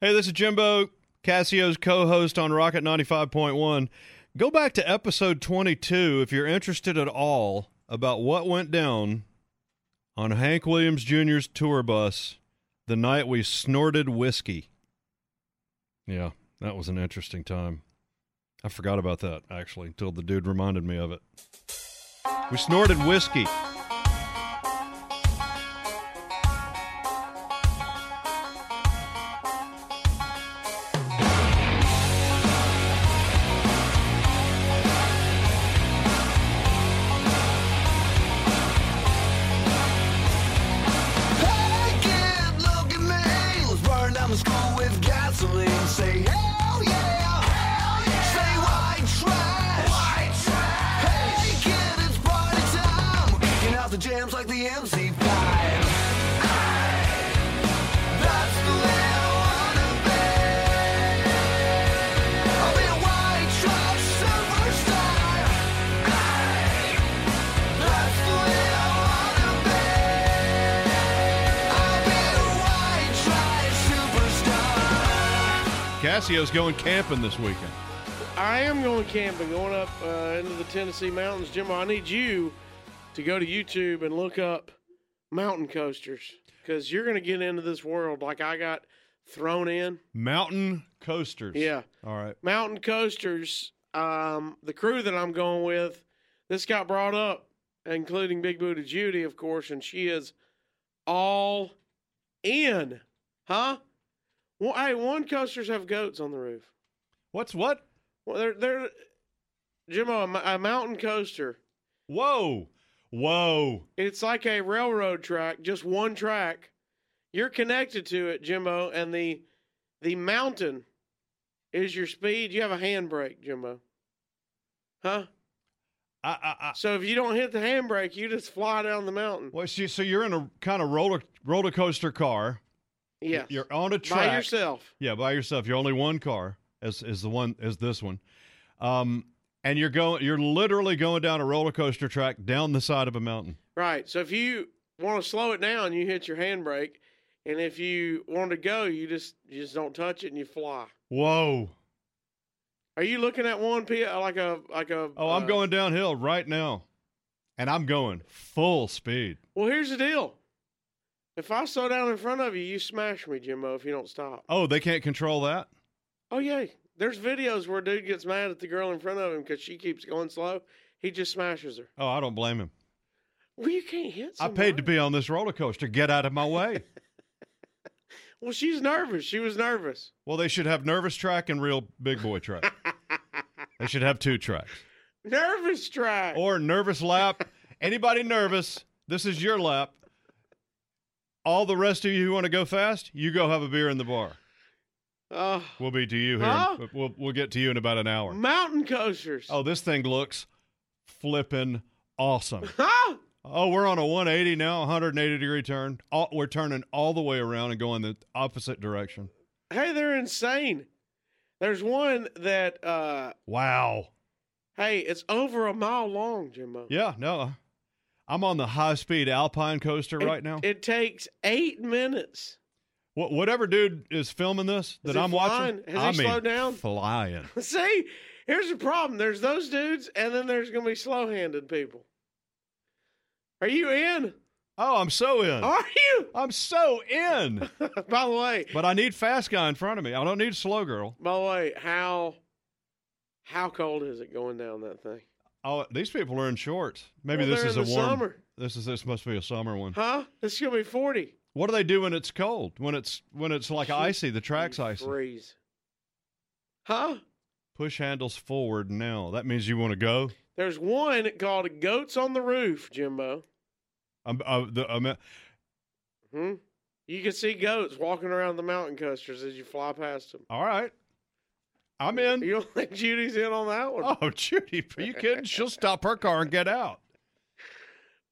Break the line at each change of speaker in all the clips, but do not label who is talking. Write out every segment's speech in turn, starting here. Hey, this is Jimbo, Casio's co host on Rocket 95.1. Go back to episode 22 if you're interested at all about what went down on Hank Williams Jr.'s tour bus the night we snorted whiskey. Yeah, that was an interesting time. I forgot about that, actually, until the dude reminded me of it. We snorted whiskey.
Hey kid, look at me. Let's burn down the school with gasoline. Say hell yeah. Hell yeah. Say white trash. White trash. Hey kid, it's party time. We're kicking out the jams like the MC5. That's the way I wanna be. I'll be a white trash superstar. That's the way I wanna be. I'll be a white trash superstar.
Casio's going camping this weekend.
I am going camping, going up uh, into the Tennessee mountains. Jimbo, I need you to go to YouTube and look up mountain coasters because you're going to get into this world like I got thrown in.
Mountain coasters.
Yeah.
All right.
Mountain coasters, um, the crew that I'm going with, this got brought up, including Big Booty Judy, of course, and she is all in. Huh? Well, hey, one coasters have goats on the roof.
What's what?
Well, they're, they're Jimbo, a, mo- a mountain coaster.
Whoa. Whoa.
It's like a railroad track, just one track. You're connected to it, Jimbo, and the the mountain is your speed. You have a handbrake, Jimbo. Huh?
I, I, I,
So if you don't hit the handbrake, you just fly down the mountain.
well, so, so you're in a kind of roller roller coaster car.
Yeah.
You're on a track.
By yourself.
Yeah, by yourself. You're only one car. As is the one as this one, um, and you're going. You're literally going down a roller coaster track down the side of a mountain.
Right. So if you want to slow it down, you hit your handbrake. And if you want to go, you just you just don't touch it and you fly.
Whoa.
Are you looking at one p like a like a
Oh, I'm
uh,
going downhill right now, and I'm going full speed.
Well, here's the deal. If I slow down in front of you, you smash me, Jimbo, if you don't stop.
Oh, they can't control that.
Oh, yeah. There's videos where a dude gets mad at the girl in front of him because she keeps going slow. He just smashes her.
Oh, I don't blame him.
Well, you can't hit
I
somebody.
paid to be on this roller coaster. Get out of my way.
Well, she's nervous. She was nervous.
Well, they should have nervous track and real big boy track. they should have two tracks
Nervous track.
or nervous lap. Anybody nervous? This is your lap. All the rest of you who want to go fast, you go have a beer in the bar.
Oh,
We'll be to you here.
Huh?
We'll we'll get to you in about an hour.
mountain coasters.
Oh, this thing looks flippin' awesome.
Huh?
Oh, we're on a 180 now, 180 degree turn. All, we're turning all the way around and going the opposite direction.
Hey, they're insane. There's one that, uh,
Wow.
hey, it's over a mile long, Jimbo.
Yeah, no. uh, I'm on the high speed alpine coaster
It-
right now.
It takes eight minutes.
Wha- whatever dude is filming this that
he
I'm watching,
flying? Has
I
he
mean,
slowed down?
Flying.
See, here's the problem. There's those dudes, and then there's gonna be slow-handed people. Are you in?
Oh, I'm so in.
Are you?
I'm so in.
by the way,
but I need fast guy in front of me. I don't need slow girl.
by the way, how how cold is it going down that thing?
Oh, these people are in shorts. Maybe
Well,
this
they're
is
in
a
the
warm.
summer.
This is this must be a summer one.
Huh? It's gonna be forty.
What do they do when it's cold? When it's when it's like icy, the track's
You
icy.
Freeze. Huh?
Push handles forward now. That means you want to go.
There's one called "Goats on the Roof," Jimbo.
I'm, uh, the, I'm,
Hmm. You can see goats walking around the mountain coasters as you fly past them.
all right. I'm in.
You don't think Judy's in on that one?
Oh, Judy, are you kidding? She'll stop her car and get out.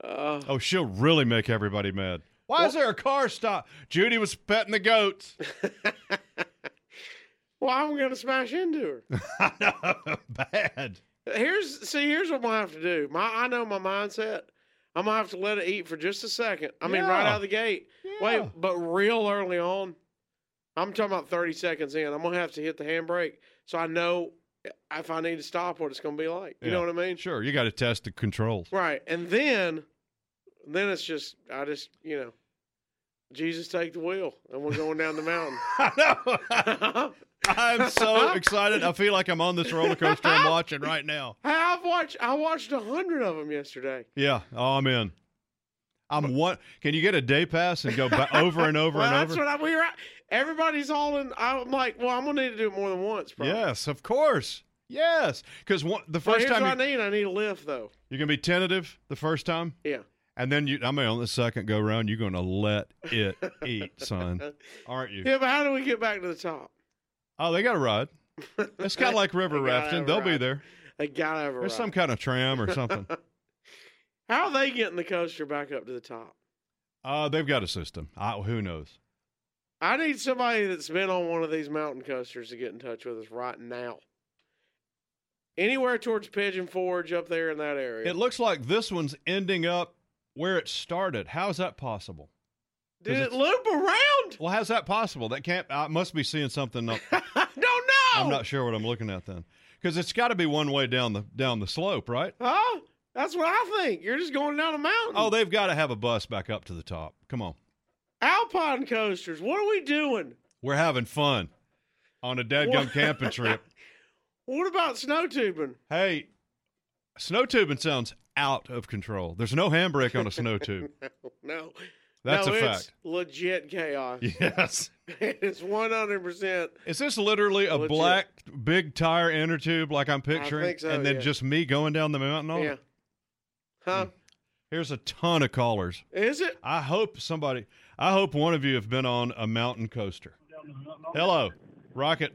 Uh,
Oh, she'll really make everybody mad. Why is there a car stop? Judy was petting the goats.
well, I'm gonna smash into her.
Bad.
Here's see, here's what I'm gonna have to do. My I know my mindset. I'm gonna have to let it eat for just a second. I mean, right
Yeah.
out of the gate.
Yeah.
Wait, but real early on, I'm talking about 30 seconds in. I'm gonna have to hit the handbrake so I know if I need to stop what it's gonna be like. You
Yeah.
know what I mean?
Sure, you got to test the controls.
Right. And then then it's just I just, you know, Jesus take the wheel and we're going down the
I know.
mountain.
I'm so excited. I feel like I'm on this roller coaster I'm watching right now.
I've watched I watched a hundred of them yesterday.
Yeah. Oh, I'm in. I'm one. Can you get a day pass and go ba- over and over
well,
and
that's
over?
what I, we were. at- Everybody's all in. I'm like, well, I'm gonna need to do it more than once. Probably.
Yes, of course. Yes, because the
But
first
here's
time
what
you,
I need. I need a lift though.
you're gonna be tentative the first time,
Yeah.
and then you. I mean, on the second go round, you're gonna let it eat, son, aren't you?
Yeah, but how do we get back to the top?
Oh, they got a ride. It's kind of like river
They gotta
rafting.
have a
They'll be
ride.
there.
They gotta have a
There's
ride.
some kind of tram or something.
How are they getting the coaster back up to the top?
uh, they've got a system. I, who knows?
I need somebody that's been on one of these mountain coasters to get in touch with us right now. Anywhere towards Pigeon Forge up there in that area.
It looks like this one's ending up where it started. How is that possible?
Did
is it-
it loop around?
Well, how's that possible? That can't. I must be seeing something. Up.
I don't know.
I'm not sure what I'm looking at then, because it's got to be one way down the down the slope, right?
Huh? That's what I think. You're just going down a mountain.
Oh, they've got to have a bus back up to the top. Come on,
Alpine coasters. What are we doing?
we're having fun on a dadgum
What?
camping trip.
What about snow tubing?
Hey, snow tubing sounds out of control. There's no handbrake on a snow tube.
No.
That's
no,
a
it's
fact.
Legit chaos.
Yes.
it's 100%.
Is this literally a
Legit.
black big tire inner tube like I'm picturing,
think so,
and then
yeah.
just me going down the mountain? On it?
Yeah. Huh?
Here's a ton of callers.
Is it?
I hope somebody, I hope one of you have been on a mountain coaster. Hello, Rocket.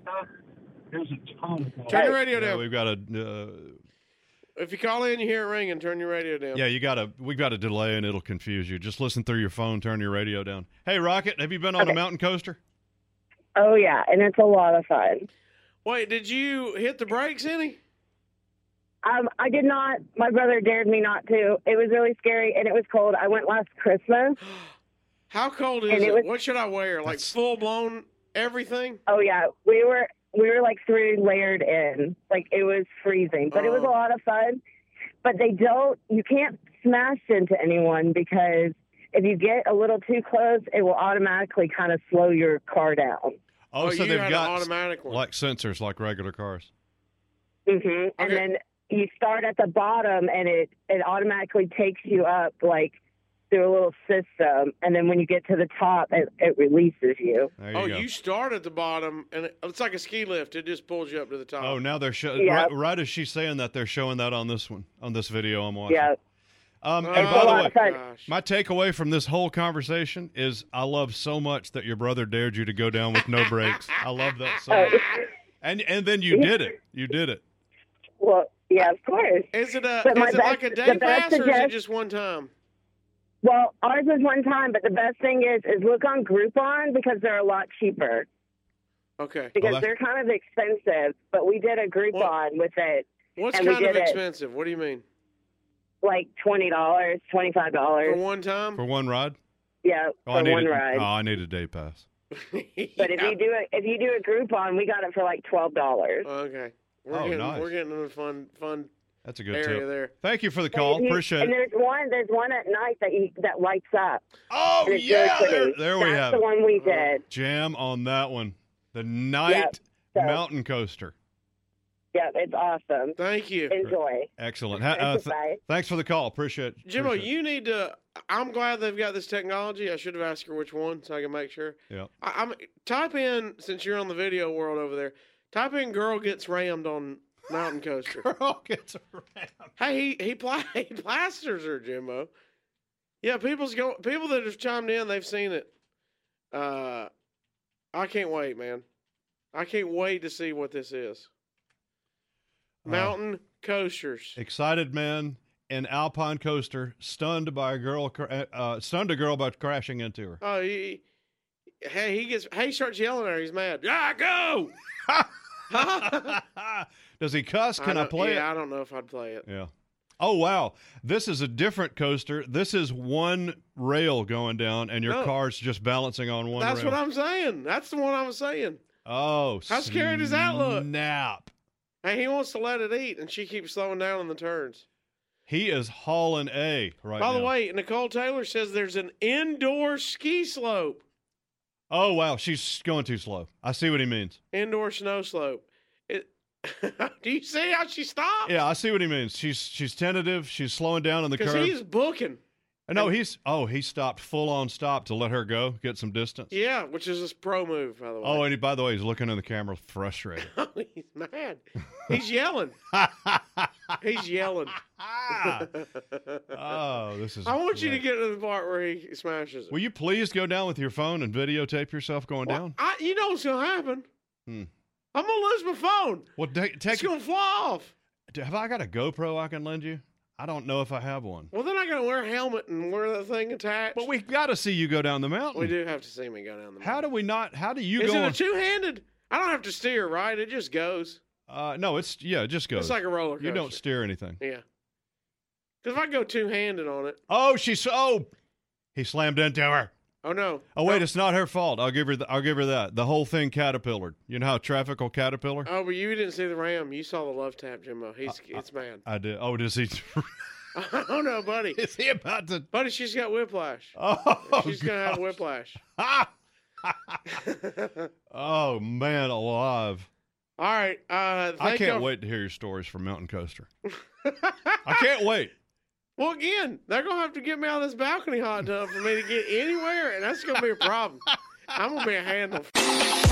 There's a ton of
Turn your radio
Yeah,
down.
we've got a, uh,
If you call in, you hear it ringing. Turn your radio down.
yeah, you got a, we've got a delay and it'll confuse you. Just listen through your phone, turn your radio down. Hey, Rocket, have you been on a
Okay.
mountain coaster?
Oh yeah, and it's a lot of fun.
Wait, did you hit the brakes any?
Um, I did not. My brother dared me not to. It was really scary, and it was cold. I went last Christmas.
How cold is
And
it?
it was-
what should I wear? Like
That's-
full blown everything?
Oh yeah, we were we were like three layered in. Like it was freezing, but it was a
Oh.
lot of fun. But they don't. You can't smash into anyone because if you get a little too close, it will automatically kind of slow your car down.
Oh, so
you
they've
had
got
an automatic one.
like sensors like regular cars.
hmm
Okay.
And then you start at the bottom, and it it automatically takes you up like through a little system, and then when you get to the top, it, it releases you.
There you
oh,
go.
you start at the bottom, and it, it's like a ski lift. It just pulls you up to the top.
Oh, now they're showing.
Yeah.
Right, right as she's saying that, they're showing that on this one, on this video I'm watching.
Yeah,
Um,
Uh,
and
Oh,
by the
my
way,
God.
gosh.
my takeaway from this whole conversation is I love so much that your brother dared you to go down with no brakes. I love that so
Uh,
much. And and then you did it. You did it.
well, yeah, of course.
Is it a
But my
is it
best-
like a
the
day
best
pass or is it
suggest-
just one time?
Well, ours was one time, but the best thing is is look on Groupon because they're a lot cheaper
Okay.
because
Oh, that's-
they're kind of expensive. But we did a Groupon with it,
What's
And we
kind of
did it.
expensive? What do you mean?
like twenty dollars, twenty five
For
dollars.
one time?
For one ride?
Yeah,
Oh, I
for
need
one
a,
ride.
Oh, I need a day pass.
but if you do it, if you do a Groupon, we got it for like twelve dollars.
Okay. We're
Oh,
getting
nice.
we're getting in a fun fun
That's a good
area
tip.
there.
Thank you for the call.
And you-
Appreciate
And
it.
there's one, there's one at night that you, that lights up.
Oh
And it's
yeah,
really
there,
pretty.
there we
That's
have
the
it. Uh,
one we did.
Jam on that one. The night
so-
mountain coaster.
Yep, it's awesome.
Thank you.
Enjoy.
Excellent. Ha- uh, th-
Bye.
thanks for the call. Appreciate it.
Jimbo,
Appreciate it.
you need to. I'm glad they've got this technology. I should have asked her which one so I can make sure.
Yep.
I, I'm type in since you're on the video world over there. Type in "girl gets rammed on mountain coaster."
girl gets around.
hey, he he, pla- he plasters her, Jimbo. Yeah, people's go people that have chimed in, they've seen it. Uh, I can't wait, man. I can't wait to see what this is.
Uh,
Mountain coasters.
Excited man in Alpine coaster stunned by a girl, cr- uh, uh, stunned a girl by crashing into her.
Oh, he, he- hey, he gets. Hey, he starts yelling at her. He's mad. Yeah, go. I
Does he cuss? Can I,
don't-
play
yeah, I don't know if I'd play it.
it? Yeah. Oh wow, this is a different coaster. This is one rail going down, and your
No.
car's just balancing on one.
That's
rail.
what I'm saying. That's the one I was saying.
Oh,
How scary does that look?
Snap.
And he wants to let it eat, and she keeps slowing down on the turns.
He is hauling a right
By the
now.
way, Nicole Taylor says there's an indoor ski slope,
Oh wow, she's going too slow. I see what he means.
indoor snow slope. It, do you see how she stopped?
Yeah, I see what he means. She's she's tentative. She's slowing down on the
because
curve.
he's booking.
no, he's oh he stopped full on stop to let her go, get some distance.
Yeah, which is his pro move, by the way.
Oh, and he, by the way, he's looking in the camera, frustrated.
he's mad. He's yelling. He's yelling.
oh, this is.
I want you to
great.
get to the part where he smashes it.
Will you please go down with your phone and videotape yourself going
Well,
down?
I, you know what's gonna happen?
Hmm.
I'm gonna lose my phone.
Well, ta-
It's
take.
gonna fly off.
Have I got a GoPro I can lend you? I don't know if I have one.
Well, then I gotta wear a helmet and wear that thing attached.
But we got to see you go down the mountain.
we do have to see me go down the.
How do
mountain.
we not? How do you
Is
go?
it
on-
a two-handed? I don't have to steer, right? It just goes.
uh, no, it's yeah, it just goes.
It's like a roller coaster.
you don't steer anything.
Yeah. Because if I go two-handed on it,
Oh, she's oh, he slammed into her.
oh no.
Oh wait, it's not her fault. I'll give her. The, I'll give her that. The whole thing caterpillared. You know how traffic will caterpillar?
Oh, but you didn't see the ram. You saw the love tap, Jimbo.
Uh,
He's it's mad.
I did. Oh, does he?
oh no, buddy.
is he about to?
Buddy, she's got whiplash.
Oh,
she's gonna have
God.
whiplash.
Ah!
All
Oh man, alive!
right. Uh, thank
I can't
y'all-
wait to hear your stories from Mountain Coaster. I can't wait.
Well, again, they're gonna have to get me out of this balcony hot tub for me to get anywhere, and that's gonna be a problem. I'm gonna be a handle.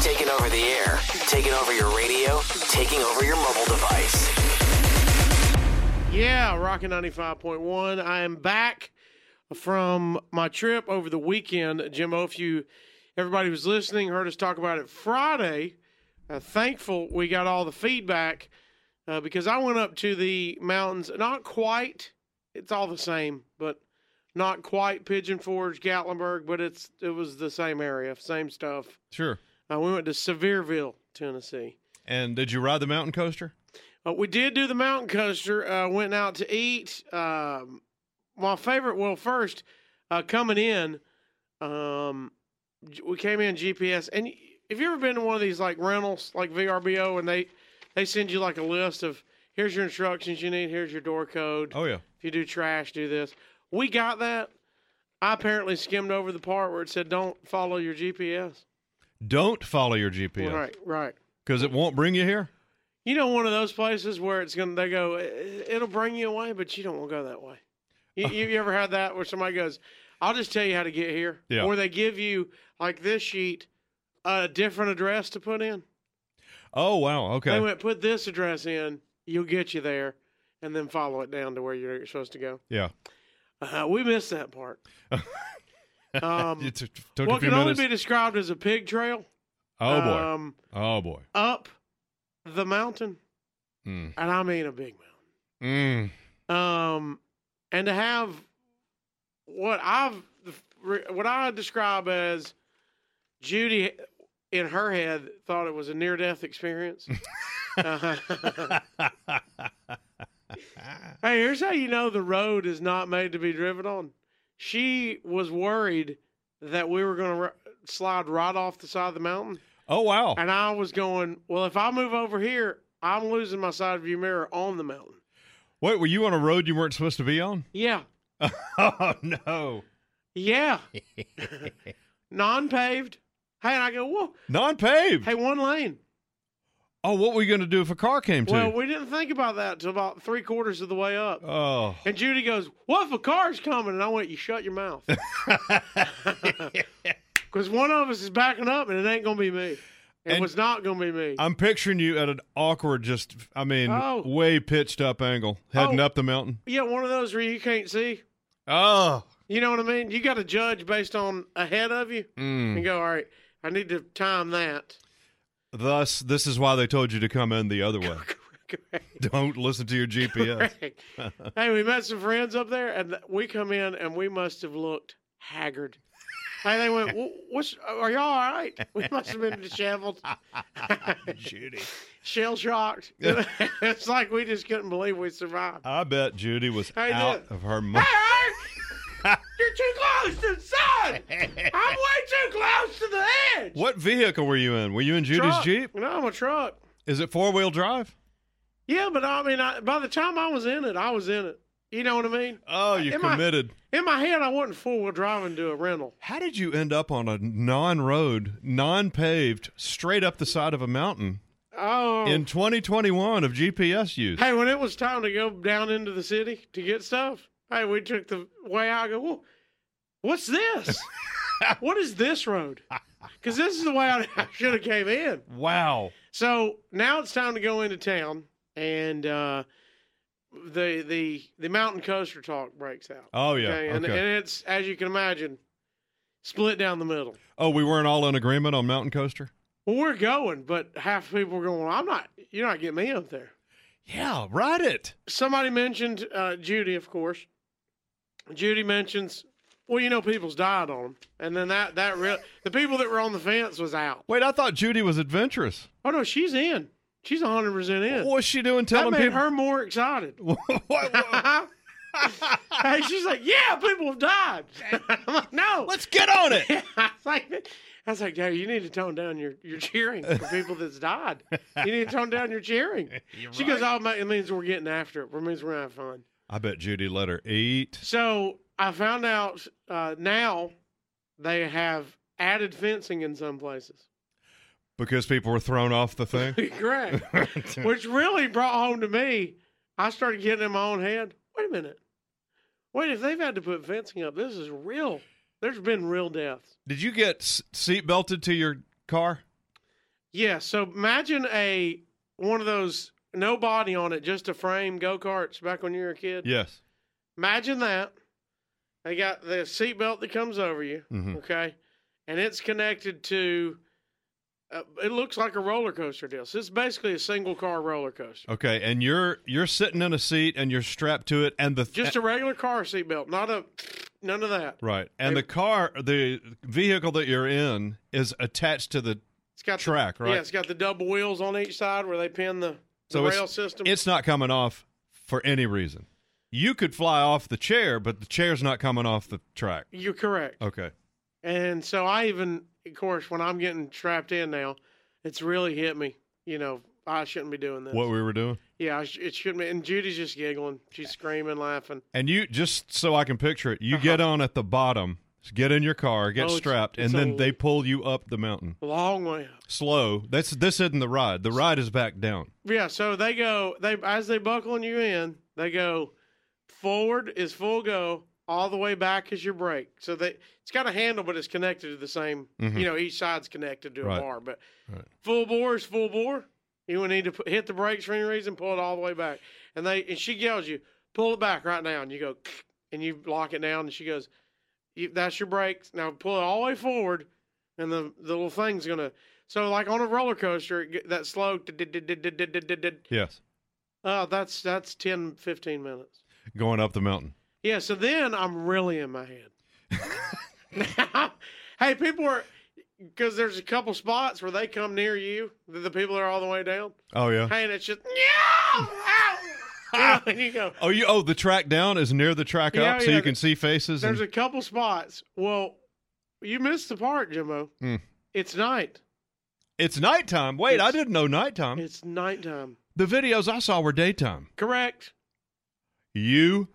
Taking over the air, taking over your radio, taking over your mobile device.
Yeah, Rockin' 95.1. I am back from my trip over the weekend. Jimbo, if you, everybody was listening, heard us talk about it Friday. Uh, thankful we got all the feedback uh, because I went up to the mountains, not quite, it's all the same, but not quite Pigeon Forge, Gatlinburg, but it's it was the same area, same stuff.
Sure.
Uh, we went to Sevierville, Tennessee.
And did you ride the mountain coaster?
Uh, we did do the mountain coaster. Uh, went out to eat. Um, my favorite. Well, first uh, coming in, um, G- we came in GPS. And y- have you ever been to one of these like rentals, like VRBO, and they they send you like a list of here's your instructions you need, here's your door code.
Oh yeah.
If you do trash, do this. We got that. I apparently skimmed over the part where it said don't follow your GPS.
Don't follow your GPS
Right, right.
because it won't bring you here.
You know, one of those places where it's gonna they go, "It- it'll bring you away, but you don't want to go that way.
Oh.
You, you, you ever had that where somebody goes, "I'll just tell you how to get here,"
Yeah.
or they give you like this sheet, a different address to put in.
Oh wow.
They
Okay.
went, "Put this address in, you'll get you there," and then follow it down to where you're supposed to go.
yeah.
Uh, we missed that part. um,
It t- took a
what
few
can only
minutes.
be described as a pig trail.
oh boy.
Um,
oh boy.
up the mountain,
Mm.
and I mean a big mountain.
Mm.
um, and to have what I've what I describe as Judy in her head thought it was a near death experience. Uh, hey, here's how you know the road is not made to be driven on. She was worried that we were going to r- slide right off the side of the mountain,
Oh wow.
and I was going, "Well, if I move over here, I'm losing my side view mirror on the mountain."
Wait, were you on a road you weren't supposed to be on?
Yeah,
Oh no.
Yeah. non paved. Hey, and I go, whoa.
Non-paved.
Hey, one lane.
Oh, what were you going to do if a car came to?
Well,
you?
we didn't think about that till about three quarters of the way up.
oh.
And Judy goes, What if a car's coming? And I went, You shut your mouth. Because one of us is backing up and it ain't going to be me. It
And-
was not going to be me.
I'm picturing you at an awkward, just I mean,
Oh.
way pitched up angle, heading
Oh.
up the mountain.
yeah, one of those where you can't see.
Oh,
You know what I mean? You got to judge based on ahead of you
Mm.
and go, All right, I need to time that.
thus this is why they told you to come in the other way. Don't listen to your GPS.
Correct. hey, we met some friends up there, and th- we come in and we must have looked haggard. Hey, they went. "Wha- What's? Are y'all all right? We must have been disheveled,
Judy.
shell shocked. it's like we just couldn't believe we survived.
I bet Judy was
Hey,
out
look.
of her
Hey,
mind.
Art! You're too close to the sun. I'm way too close to the edge.
What vehicle were you in? Were you in Judy's
Truck.
Jeep?
No, I'm a truck.
Is it four wheel drive?
Yeah, but I mean, I, by the time I was in it, I was in it. You know what I mean?
Oh, you
Am I-
committed.
In my head, I wasn't four wheel driving to a rental.
How did you end up on a non road, non paved, straight up the side of a mountain
Oh,
in 2021 of GPS use?
hey, when it was time to go down into the city to get stuff, hey, we took the way out. I go, well, what's this? what is this road? Because this is the way I, I should have came in.
Wow.
So now it's time to go into town, and uh, the the the mountain coaster talk breaks out.
Oh, yeah.
Okay, and,
Okay.
and it's as you can imagine, split down the middle.
Oh, we weren't all in agreement on Mountain Coaster?
Well, we're going, but half the people are going. I'm not. You're not getting me up there.
Yeah, ride it.
Somebody mentioned uh, Judy, of course. Judy mentions, well, you know, people's died on them, and then that that real the people that were on the fence was out.
Wait, I thought Judy was adventurous.
Oh no, she's in. She's 100 percent in.
What was she doing
that
telling
made
people?
her more excited.
What- what-
hey, she's like, yeah, people have died. I'm like, no.
Let's get on it.
I was like, I was like, Gary, you need to tone down your, your cheering for people that's died. You need to tone down your cheering. she goes, oh, mate, it means we're getting after it. It means we're having fun.
I bet Judy let her eat.
So I found out uh, now they have added fencing in some places.
Because people were thrown off the thing.
Correct. Which really brought home to me, I started getting in my own head. Wait a minute. Wait, if they've had to put fencing up, this is real. There's been real deaths.
Did you get s- seat belted to your car?
Yeah. So imagine a one of those no body on it, just a frame go karts back when you were a kid.
Yes.
Imagine that. They got the seatbelt that comes over you.
Mhm.
Okay. And it's connected to. Uh, it looks like a roller coaster deal. So it's basically a single car roller coaster.
Okay, and you're you're sitting in a seat and you're strapped to it, and the
Just a regular car seatbelt, not a none of that.
right, and the car, the vehicle that you're in is attached to the
It's got
Track,
the,
right?
Yeah, it's got the double wheels on each side where they pin the, the
So it's-
rail system.
It's not coming off for any reason. You could fly off the chair, but the chair's not coming off the track.
You're correct.
Okay.
And so I even, of course, when I'm getting trapped in now, it's really hit me. You know, I shouldn't be doing this.
What we were doing.
Yeah, I sh- it shouldn't be. And Judy's just giggling. She's screaming, laughing.
And you just so I can picture it, you get on at the bottom, get in your car, get
Oh, it's-
strapped,
it's
and then
a-
they pull you up the mountain.
Long way up.
Slow. That's this isn't the ride. The ride is back down.
Yeah, so they go they as they buckling you in, they go forward is full go, all the way back is your brake. So they it's got a handle, but it's connected to the same.
Mhm.
You know, each side's connected to
Right.
a bar, but
Right.
full bore is full bore. You would need to put, hit the brakes for any reason, pull it all the way back, and they and she yells you pull it back right now, and you go and you lock it down, and she goes, you, that's your brakes. Now pull it all the way forward, and the the little thing's gonna. So like on a roller coaster, it get- that slow.
Yes.
Oh, that's that's 10, 15 minutes.
Going up the mountain.
Yeah, so then I'm really in my head. now, hey, people are because there's a couple spots where they come near you, the, the people that are all the way down.
Oh yeah.
Hey, and it's just yeah, and you go.
Oh, you. Oh, the track down is near the track
Yeah,
up, so
yeah,
you can see faces.
There's
And,
a couple spots. Well, you missed the part, Jimbo.
Mm.
It's night.
it's nighttime. Wait, I
It's-
didn't know nighttime.
It's nighttime.
the videos I saw were daytime.
Correct.
You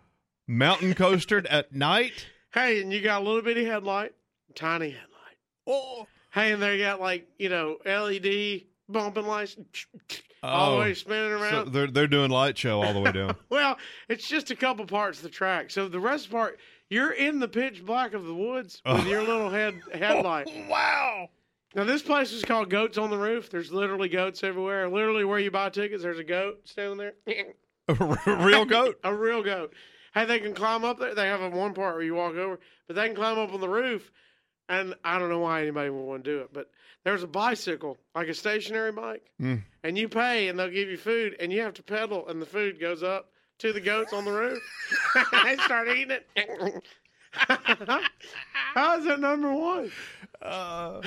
mountain coastered at night.
Hey, and you got a little bitty headlight, tiny headlight.
Oh,
Hey, and they got like you know LED bumping lights, all the way spinning
so
around.
they're they're doing light show all the way down.
well, it's just a couple parts of the track. So the rest part, you're in the pitch black of the woods with your little head headlight.
wow.
Now this place is called Goats on the Roof. There's literally goats everywhere. Literally where you buy tickets, there's a goat standing there.
Real goat.
a real goat. Hey, they can climb up there. They have a one part where you walk over, but they can climb up on the roof. And I don't know why anybody would want to do it, but there's a bicycle, like a stationary bike,
Mm.
and you pay, and they'll give you food, and you have to pedal, and the food goes up to the goats on the roof. they start eating it. How is it number one?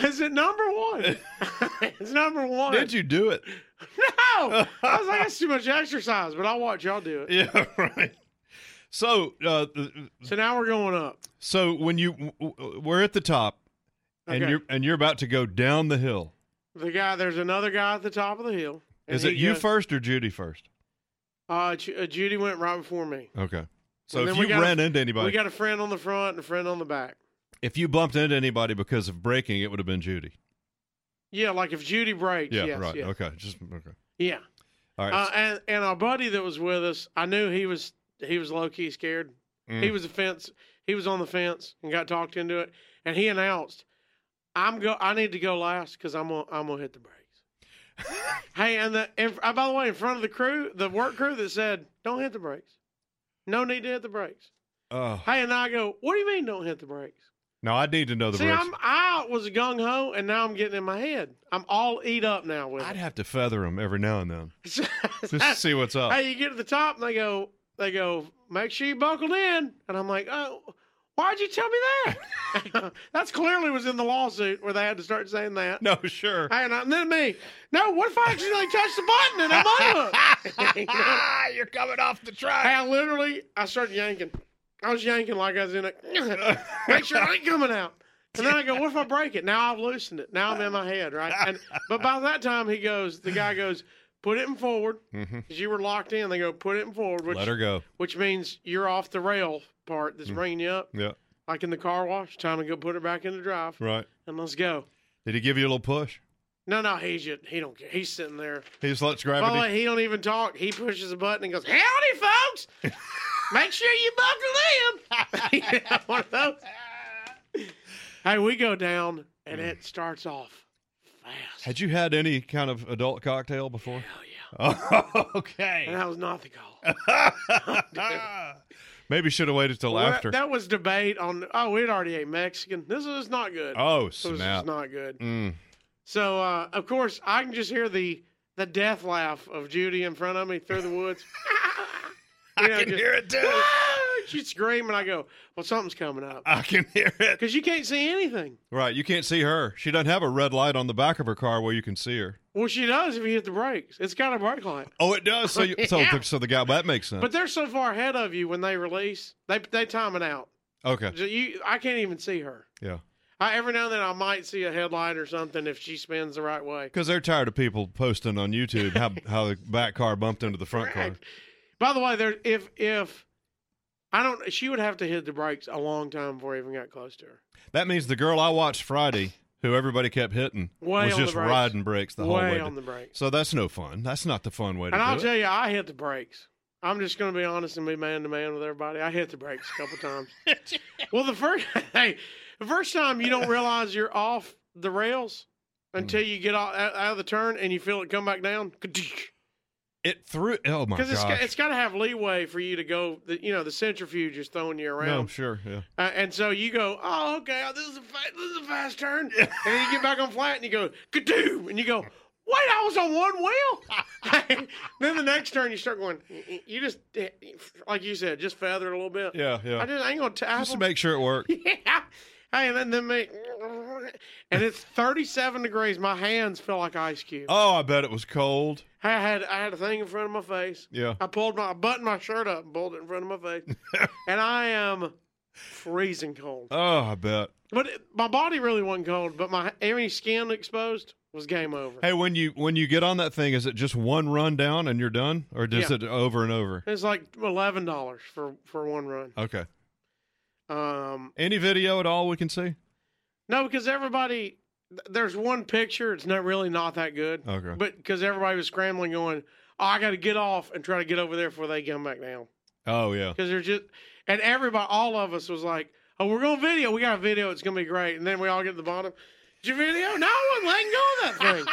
is it number one? it's number one.
Did you do it?
No, I was like, that's too much exercise, but I'll watch y'all do it.
Yeah, right. So, uh,
So now we're going up.
so when you w- w- we're at the top, and
Okay.
you're and you're about to go down the hill.
The guy, there's another guy at the top of the hill. and
Is
he
it you
goes-
first or Judy first?
Uh, Ju- uh, Judy went right before me.
Okay. So
And
if
then we
you
got a-
ran into
We
anybody,
got a friend on the front and a friend on the back.
if you bumped into anybody because of braking, it would have been Judy.
Yeah, like if Judy breaks.
Yeah,
yes,
right.
yes.
Okay, just okay.
Yeah.
All right.
Uh, and and our buddy that was with us, I knew he was he was low key scared.
Mm.
He was a fence. He was on the fence and got talked into it. And he announced, "I'm go. I need to go last because I'm gonna I'm gonna hit the brakes." hey, and the and, uh, by the way, in front of the crew, the work crew that said, "Don't hit the brakes. No need to hit the brakes."
oh,
Hey, and I go, "What do you mean don't hit the brakes?"
now I need to know Oh, the
See,
brakes.
I'm I was gung ho, and now I'm getting in my head. I'm all eat up now with
I'd
it.
have to feather him every now and then just to
That's-
see what's up.
hey, you get to the top and they go, they go, make sure you buckled in. And I'm like, oh, why'd you tell me that? That's clearly was in the lawsuit where they had to start saying that.
No, sure.
Hey, and, I, and then me, no, what if I accidentally touch the button and I'm unhooked? You know?
You're coming off the
hey,
track.
I literally, I started yanking. I was yanking like I was in a, make sure I ain't coming out. And then I go, what if I break it? Now I've loosened it. Now I'm in my head, right? And, but by that time, he goes, the guy goes, put it in forward.
hmm
Because you were locked in, they go put it in forward, which
Let her go.
which means you're off the rail part that's bringing you up,
Yeah,
like in the car wash. Time to go put it back in the drive,
right.
and let's go.
Did he give you a little push?
No, no, he's just, he don't care. He's sitting there.
He just lets
By the
gravity.
way, Oh, he don't even talk. He pushes a button and goes, "Howdy, folks! Make sure you buckle in." You know, one of those. Hey, we go down, and it starts off fast.
Had you had any kind of adult cocktail before?
Hell yeah!
Oh,
And
okay.
that was not the call.
Maybe should have waited till
Well, that-
after.
That was debate on. Oh, we'd already ate Mexican. This is not good.
oh
So this is
snap!
not good.
Mm.
So uh, of course I can just hear the the death laugh of Judy in front of me through the woods. You know, just,
it too.
She'd scream and I go, "Well, something's coming up,"
I can hear it.
because you can't see anything.
Right, you can't see her. She doesn't have a red light on the back of her car where you can see her.
Well, she does if you hit the brakes. It's got a brake light.
Oh, it does. So, you, so,
Yeah.
so the guy. Well, that makes sense.
But they're so far ahead of you when they release, they they time it out.
okay.
So You, I can't even see her.
Yeah.
I, every now and then I might see a headlight or something if she spins the right way.
Because they're tired of people posting on YouTube how how the back car bumped into the front car.
Correct. By the way, there if if I don't, she would have to hit the brakes a long time before I even got close to her.
That means the girl I watched Friday, who everybody kept hitting,
Way
was
on the
just
brakes.
riding brakes the whole
Way
way. to-
on the brakes.
so that's no fun. That's not the fun way to
And
do
I'll
it.
tell you, I hit the brakes. I'm just going to be honest and be man to man with everybody. I hit the brakes a couple times. well, the first hey, the first time you don't realize you're off the rails until
Hmm.
you get out, out out of the turn and you feel it come back down. Because
it threw. Oh my gosh!
it's got, it's got to have leeway for you to go. The, you know, the centrifuge is throwing you
no,
around.
I'm sure. Yeah.
Uh, and so you go, oh, okay, oh, this is a fast, this is a fast turn. And then you get back on flat and you go, kadoo. And you go, wait, I was on one wheel. then the next turn you start going, you just, eh, like you said, just feather it a little bit.
Yeah. Yeah.
I just I ain't going to tap
just to
them.
make sure it worked.
yeah. Hey, and then, then me, and it's 37 degrees. My hands feel like ice cubes.
Oh, I bet it was cold.
I had I had a thing in front of my face.
Yeah.
I pulled my I buttoned my shirt up and pulled it in front of my face, and I am freezing cold.
Oh, I bet.
But it, my body really wasn't cold, but my any skin exposed was game over.
Hey, when you when you get on that thing, is it just one run down and you're done, or does
Yeah.
it over and over?
It's like eleven dollars for for one run.
Okay.
Um,
Any video at all we can see?
no, because everybody th- there's one picture. It's not really not that good.
Okay.
But because everybody was scrambling, going, "Oh, I got to get off and try to get over there before they come back down."
Oh yeah.
Because they're just and everybody, all of us was like, "Oh, we're going to video. We got a video. It's going to be great." And then we all get to the bottom. Did you video? No one letting go of that thing.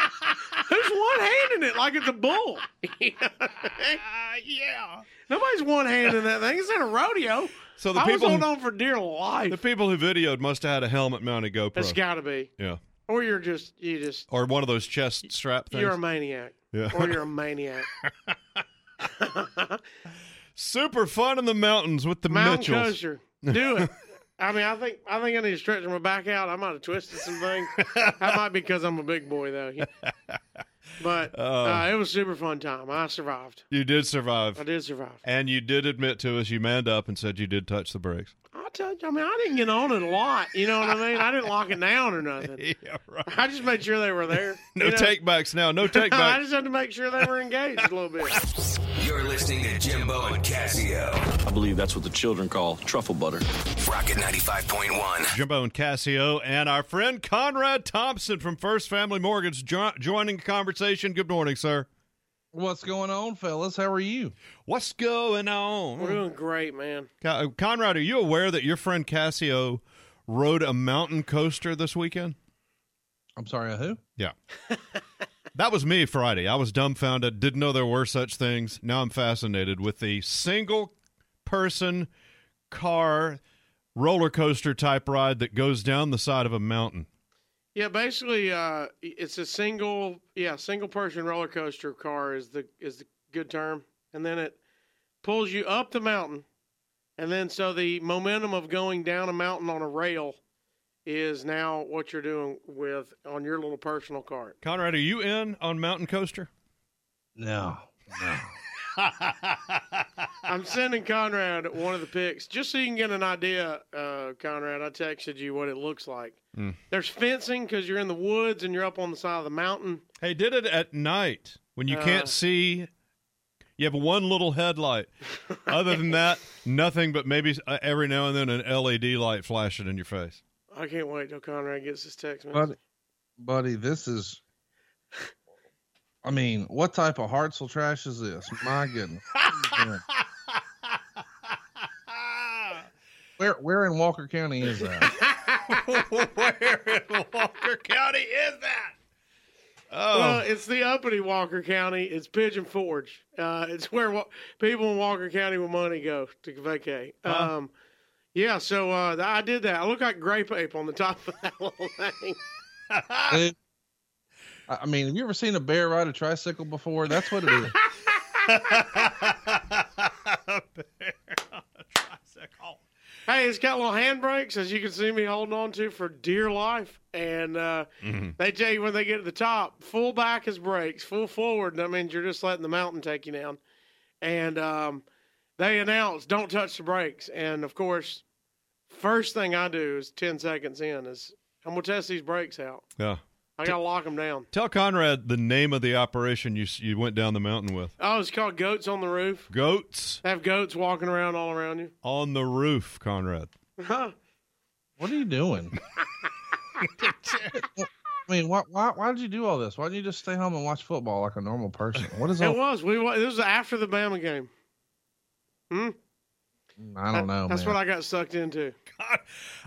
Who's one handing it like it's a bull?
yeah.
Nobody's one handing that thing. It's at a rodeo.
So the
I was
people
holding
who,
on for dear life.
the people who videoed must have had a helmet mounted GoPro.
It's got to be,
yeah.
or you're just you just
Or one of those chest strap things.
you're a maniac,
Yeah.
or you're a maniac.
Super fun in the mountains with the
Mountain
Mitchells.
coaster, do it. I mean, I think I think I need to stretch my back out. I might have twisted some things. that might be because I'm a big boy though. But
Oh.
uh, it was a super fun time. I survived.
You did survive.
I did survive.
And you did admit to us, you manned up and said you did touch the brakes.
I tell you, I mean, I didn't get on it a lot. You know what I mean? I didn't lock it down or nothing.
Yeah, right.
I just made sure they were there.
No
you know?
takebacks now. No
I
takebacks.
just had to make sure they were engaged a little bit.
You're listening to Jimbo and Casio.
I believe that's what the children call truffle butter.
Rocket 95.1.
Jumbo and Cassio and our friend Conrad Thompson from First Family Mortgage jo- joining the conversation. Good morning, sir.
What's going on, fellas? How are you?
What's going
We're
on?
doing great, man.
Con- uh, Conrad, are you aware that your friend Cassio rode a mountain coaster this weekend?
I'm sorry, who?
Yeah. that was me Friday. I was dumbfounded, didn't know there were such things. Now I'm fascinated with the single person car roller coaster type ride that goes down the side of a mountain.
Yeah, basically, uh, it's a single, yeah, single person roller coaster car is the is the good term, and then it pulls you up the mountain, and then so the momentum of going down a mountain on a rail is now what you're doing with on your little personal cart.
Conrad, are you in on mountain coaster?
No.
I'm sending Conrad one of the pics just so you can get an idea, uh, Conrad. I texted you what it looks like.
Mm.
There's fencing because you're in the woods and you're up on the side of the mountain.
Hey, did it at night when you can't
Uh.
see. You have one little headlight. Other than that, nothing but maybe uh, every now and then an LED light flashing in your face.
I can't wait till Conrad gets this text message.
Buddy, buddy, this is. I mean, what type of heartsel trash is this? My goodness. Where where in Walker County is that?
Where in Walker County is that? Oh,
Well, it's the uppity Walker County. It's Pigeon Forge. Uh, it's where wa- people in Walker County with money go to vacay.
Huh?
Um, yeah, so uh, th- I did that. I look like grape ape on the top of that little thing.
Dude, I I mean, have you ever seen a bear ride a tricycle before? That's what it is.
hey, it's got little handbrakes, as you can see me holding on to for dear life. And uh,
Mm-hmm.
they tell you when they get to the top, full back is brakes, full forward. That means you're just letting the mountain take you down. And um, they announce, don't touch the brakes. And of course, first thing I do is 10 seconds in is I'm going to test these brakes out.
yeah.
I got to lock them down.
Tell Conrad the name of the operation you s- you went down the mountain with.
Oh, it's called Goats on the Roof.
Goats
They have goats walking around all around you.
on the roof, Conrad.
Huh.
What are you doing? I mean, why why why did you do all this? Why didn't you just stay home and watch football like a normal person? What is
It
all?
was. We wa- This was after the Bama game.
Mm, I don't know.
That's
man.
what I got sucked into.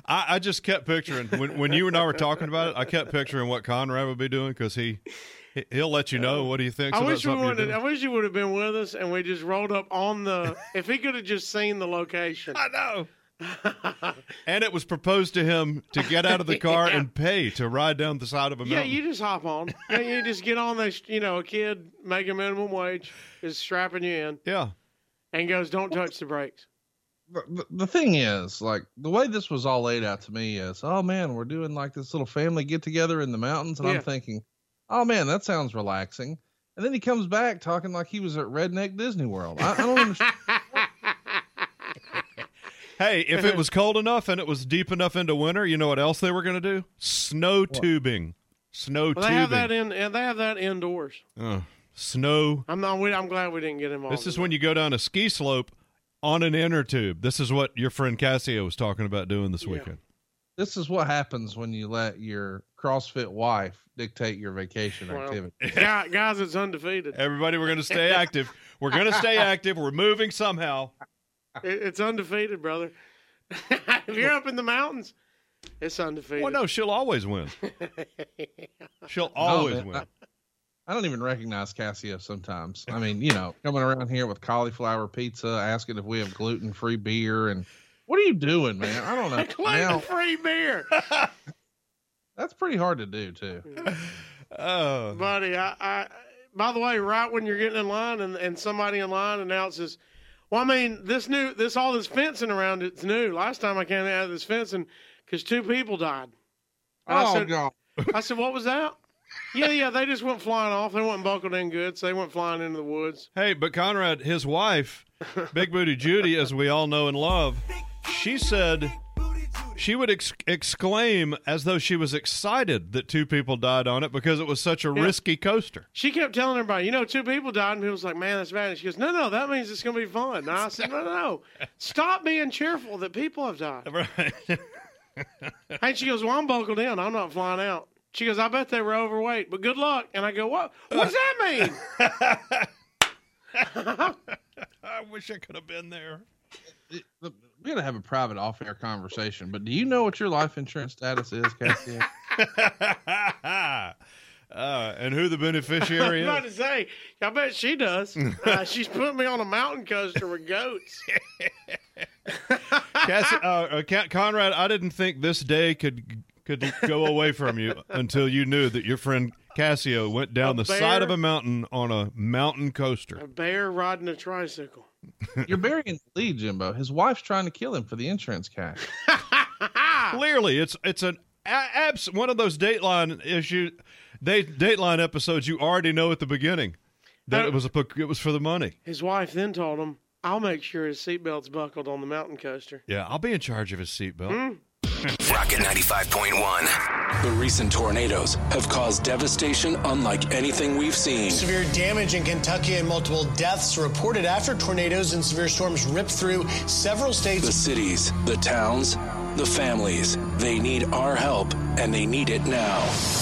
I, I just kept picturing when, when you and I were talking about it. I kept picturing what Conrad would be doing because he he- he'll let you know what he thinks.
Uh, I
about
wish we
something you're
wanted. I
doing.
wish you would have been with us, and we just rolled up on the. if he could have just seen the location,
I know. and it was proposed to him to get out of the car and pay to ride down the side of a
yeah,
mountain.
you just hop on. Yeah, you just get on this. You know, a kid making minimum wage is strapping you in
yeah.
and goes, "Don't touch the brakes."
the- the- the thing is, like the way this was all laid out to me is, oh man, we're doing like this little family get together in the mountains, and
Yeah.
I'm thinking, oh man, that sounds relaxing. And then he comes back talking like he was at Redneck Disney World. I, I don't understand.
Hey, if it was cold enough and it was deep enough into winter, you know what else they were going to do? Snow tubing. Snow
Well,
tubing.
they have that in. And they have that indoors.
Ugh. snow.
I'm not. we- I'm glad we didn't get involved.
This is
in
when you go down a ski slope on an inner tube. This is what your friend Cassio was talking about doing this weekend.
this is what happens when you let your CrossFit wife dictate your vacation
Wow.
activity.
that. Guy- guys. It's undefeated.
Everybody, we're going to stay active. We're going to stay active. We're moving somehow.
It- it's undefeated, brother. if you're up in the mountains, it's undefeated.
Well, no, she'll always win. She'll
Oh,
always
man,
win.
I- I don't even recognize Cassio sometimes. I mean, you know, coming around here with cauliflower pizza, asking if we have gluten free beer, and what are you doing, man? I don't know.
Gluten
Now-
free beer.
That's pretty hard to do too.
Oh,
buddy. I, I, by the way, right when you're getting in line and, and somebody in line announces, Well, I mean, this new, this all this fencing around it's new. Last time I came out of this fencing, because two people died. And I
Oh
said-
god.
I said, "What was that?" yeah, yeah, they just went flying off. They weren't buckled in good, so they went flying into the woods.
Hey, but Conrad, his wife, Big Booty Judy, as we all know and love, she said she would ex- exclaim as though she was excited that two people died on it because it was such a risky coaster.
She kept telling everybody, "You know, two people died," and people was like, "Man, that's bad." And she goes, "No, no, that means it's going to be fun." And I said, "No, no, stop being cheerful that people have died."
Right.
And she goes, "Well, I'm buckled in. I'm not flying out." She goes, "I bet they were overweight, but good luck." And I go, "What? What does that mean?"
I wish I could have been there.
It- the- We gotta have a private off-air conversation. But do you know what your life insurance status is, Cassia?
uh, and who the beneficiary
I'm about to
is?
say, I bet she does. Uh, she's put me on a mountain coaster with goats.
Cassie, uh, uh, Ca- Conrad, I didn't think this day could could go away from you until you knew that your friend Cassio went down
A
the side of
bear?
a mountain on a mountain coaster.
A bear riding a tricycle.
You're burying the lead, Jimbo. His wife's trying to kill him for the insurance cash.
Clearly, it's it's an a- abs- one of those Dateline issue, they Dateline episodes you already know at the beginning
Uh,
that it was a pu- it was for the money.
His wife then told him, I'll make sure his seatbelt's buckled on the mountain coaster.
Yeah, I'll be in charge of his seatbelt.
Rocket 95.1.
The recent tornadoes have caused devastation unlike anything we've seen.
Severe damage in Kentucky and multiple deaths reported after tornadoes and severe storms ripped through several states.
The cities, the towns, the families, they need our help and they need it now.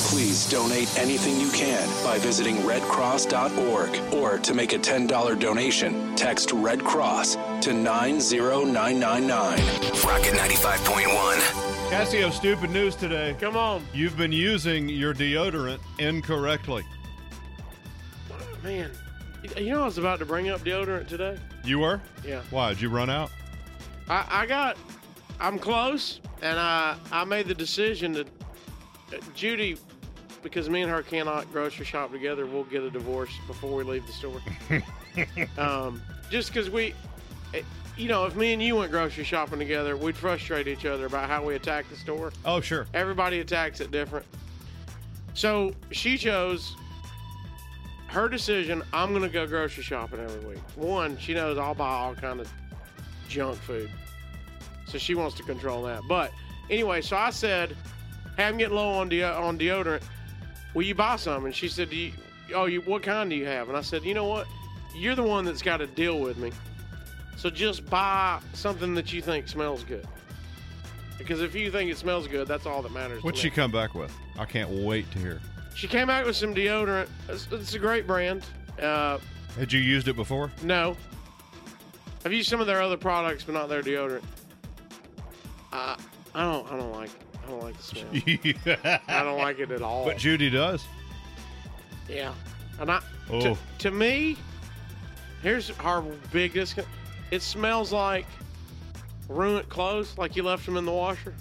Please donate anything you can by visiting redcross.org or to make a $10 donation, text Red Cross to 90999.
Rocket 95.1.
Hmm?
Cassio, stupid news today.
Come on.
You've been using your deodorant incorrectly.
Man, you know, I was about to bring up deodorant today.
You were?
Yeah.
Why? Did you run out?
I, I got, I'm close, and I, I made the decision that uh, Judy, because me and her cannot grocery shop together, we'll get a divorce before we leave the store. um, just because we, it, you know, if me and you went grocery shopping together, we'd frustrate each other about how we attack the store.
Oh, sure.
Everybody attacks it different. So she chose her decision. I'm gonna go grocery shopping every week. One, she knows I'll buy all kind of junk food, so she wants to control that. But anyway, so I said, "Hey, I'm getting low on de- on deodorant. Will you buy some?" And she said, do you, "Oh, you what kind do you have?" And I said, "You know what? You're the one that's got to deal with me. So just buy something that you think smells good." Because if you think it smells good, that's all that matters. to
What'd
me.
she come back with? I can't wait to hear.
She came out with some deodorant. It's, it's a great brand. Uh,
Had you used it before?
no. I've used some of their other products, but not their deodorant. I I don't, I don't like, I don't like the smell. I don't like it at all.
But Judy does.
yeah, and I,
Oh.
to, to me, here's our big discount. It smells like ruined clothes, like you left them in the washer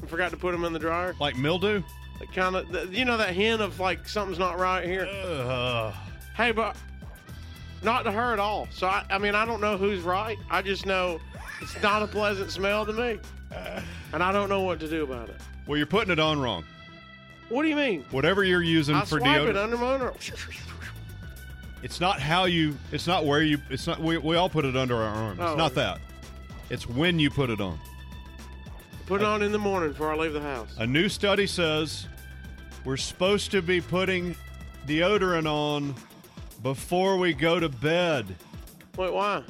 and forgot to put them in the dryer.
Like mildew?
Like kind of, you know, that hint of like something's not right here.
Ugh.
Hey, but not to her at all. So I, I mean, I don't know who's right. I just know it's not a pleasant smell to me, and I don't know what to do about it.
Well, you're putting it on wrong.
What do you mean?
Whatever you're using
I
for
swipe it
deodorant,
under my under.
it's not how you, it's not where you, it's not, we, we all put it under our arm. It's
Oh,
not
okay.
that. It's when you put it on.
Put it on in the morning before I leave the house.
A new study says we're supposed to be putting deodorant on before we go to bed
Wait, why?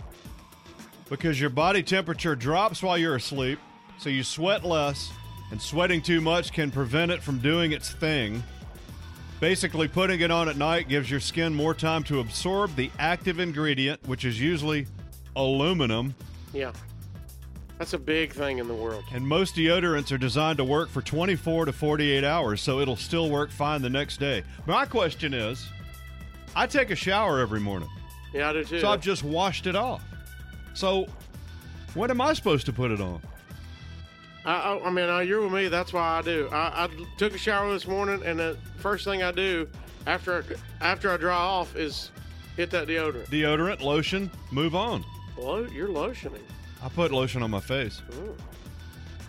because your body temperature drops while you're asleep, so you sweat less, and sweating too much can prevent it from doing its thing. Basically, putting it on at night gives your skin more time to absorb the active ingredient, which is usually aluminum,
Yeah, that's a big thing in the world.
and most deodorants are designed to work for 24 to 48 hours, so it'll still work fine the next day. My question is I take a shower every morning,
Yeah, I do too.
so I've just washed it off. So, when am I supposed to put it on?
I, I, I mean, uh, you're with me. That's why I do. I, I took a shower this morning, and the first thing I do after after I dry off is hit that deodorant.
Deodorant, lotion, move on.
Lo- you're lotioning.
I put lotion on my face.
Mm.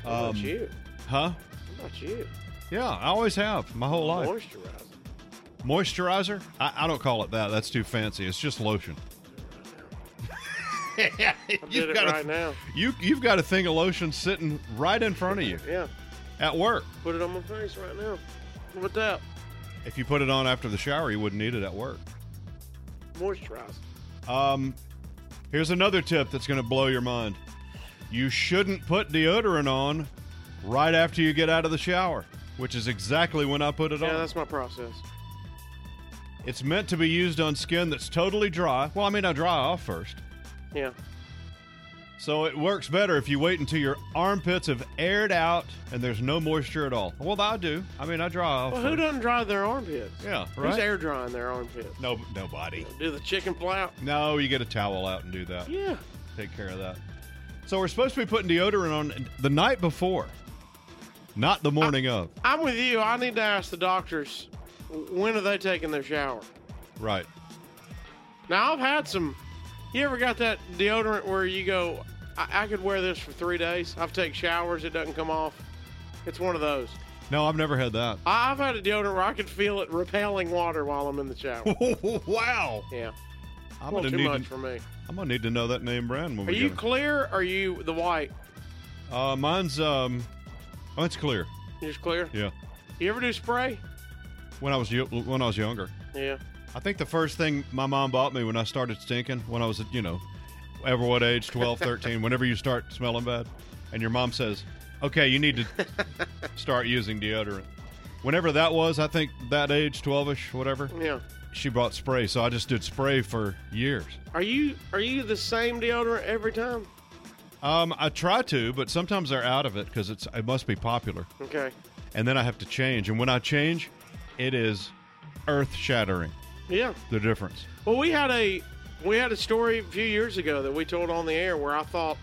How about
Um,
you?
Huh?
How about you?
Yeah, I always have my whole life.
Moisturizer.
Moisturizer? I, I don't call it that. That's too fancy. It's just lotion.
I did it
gotta-
right now.
You you've got a thing of lotion sitting right in front of you
Yeah.
at work.
Put it on my face right now. What that?
If you put it on after the shower, you wouldn't need it at work.
Moisturizer.
Um, here's another tip that's going to blow your mind. You shouldn't put deodorant on right after you get out of the shower, which is exactly when I put it
Yeah,
on.
that's my process.
It's meant to be used on skin that's totally dry. Well, I mean, I dry off first.
Yeah.
So it works better if you wait until your armpits have aired out and there's no moisture at all. Well, I do. I mean, I dry off.
Well, who
first.
doesn't dry their armpits?
Yeah,
Who's
right?
air drying their armpits?
No, nobody.
Do the chicken flout?
No, you get a towel out and do that.
Yeah.
Take care of that. So we're supposed to be putting deodorant on the night before, not the morning of.
I'm with you. I need to ask the doctors w- when are they taking their shower?
Right.
Now I've had some. You ever got that deodorant where you go, I, I could wear this for three days. I've taken showers, it doesn't come off. It's one of those.
No, I've never had that.
I, I've had a deodorant where I could feel it repelling water while I'm in the shower.
wow.
yeah,
I'm
a
gonna
little too
need.
much
To,
for me.
I'm gonna need to know that name brand when
Are
we
you
get.
clear? Or are you the white?
it. uh, mine's um, oh, it's clear.
You're just clear.
Yeah.
You ever do spray?
When I was yo- when I was younger,
Yeah.
I think the first thing my mom bought me when I started stinking, when I was you know, ever what age, 12, 13, whenever you start smelling bad, and your mom says, "Okay, you need to start using deodorant." Whenever that was, I think that age, 12ish, whatever.
Yeah.
she bought spray, so I just did spray for years.
Are you are you the same deodorant every time?
Um, I try to, but sometimes they're out of it because it's it must be popular,
Okay.
and then I have to change. And when I change, it is earth shattering.
Yeah.
The difference.
Well, we had a we had a story a few years ago that we told on the air where I thought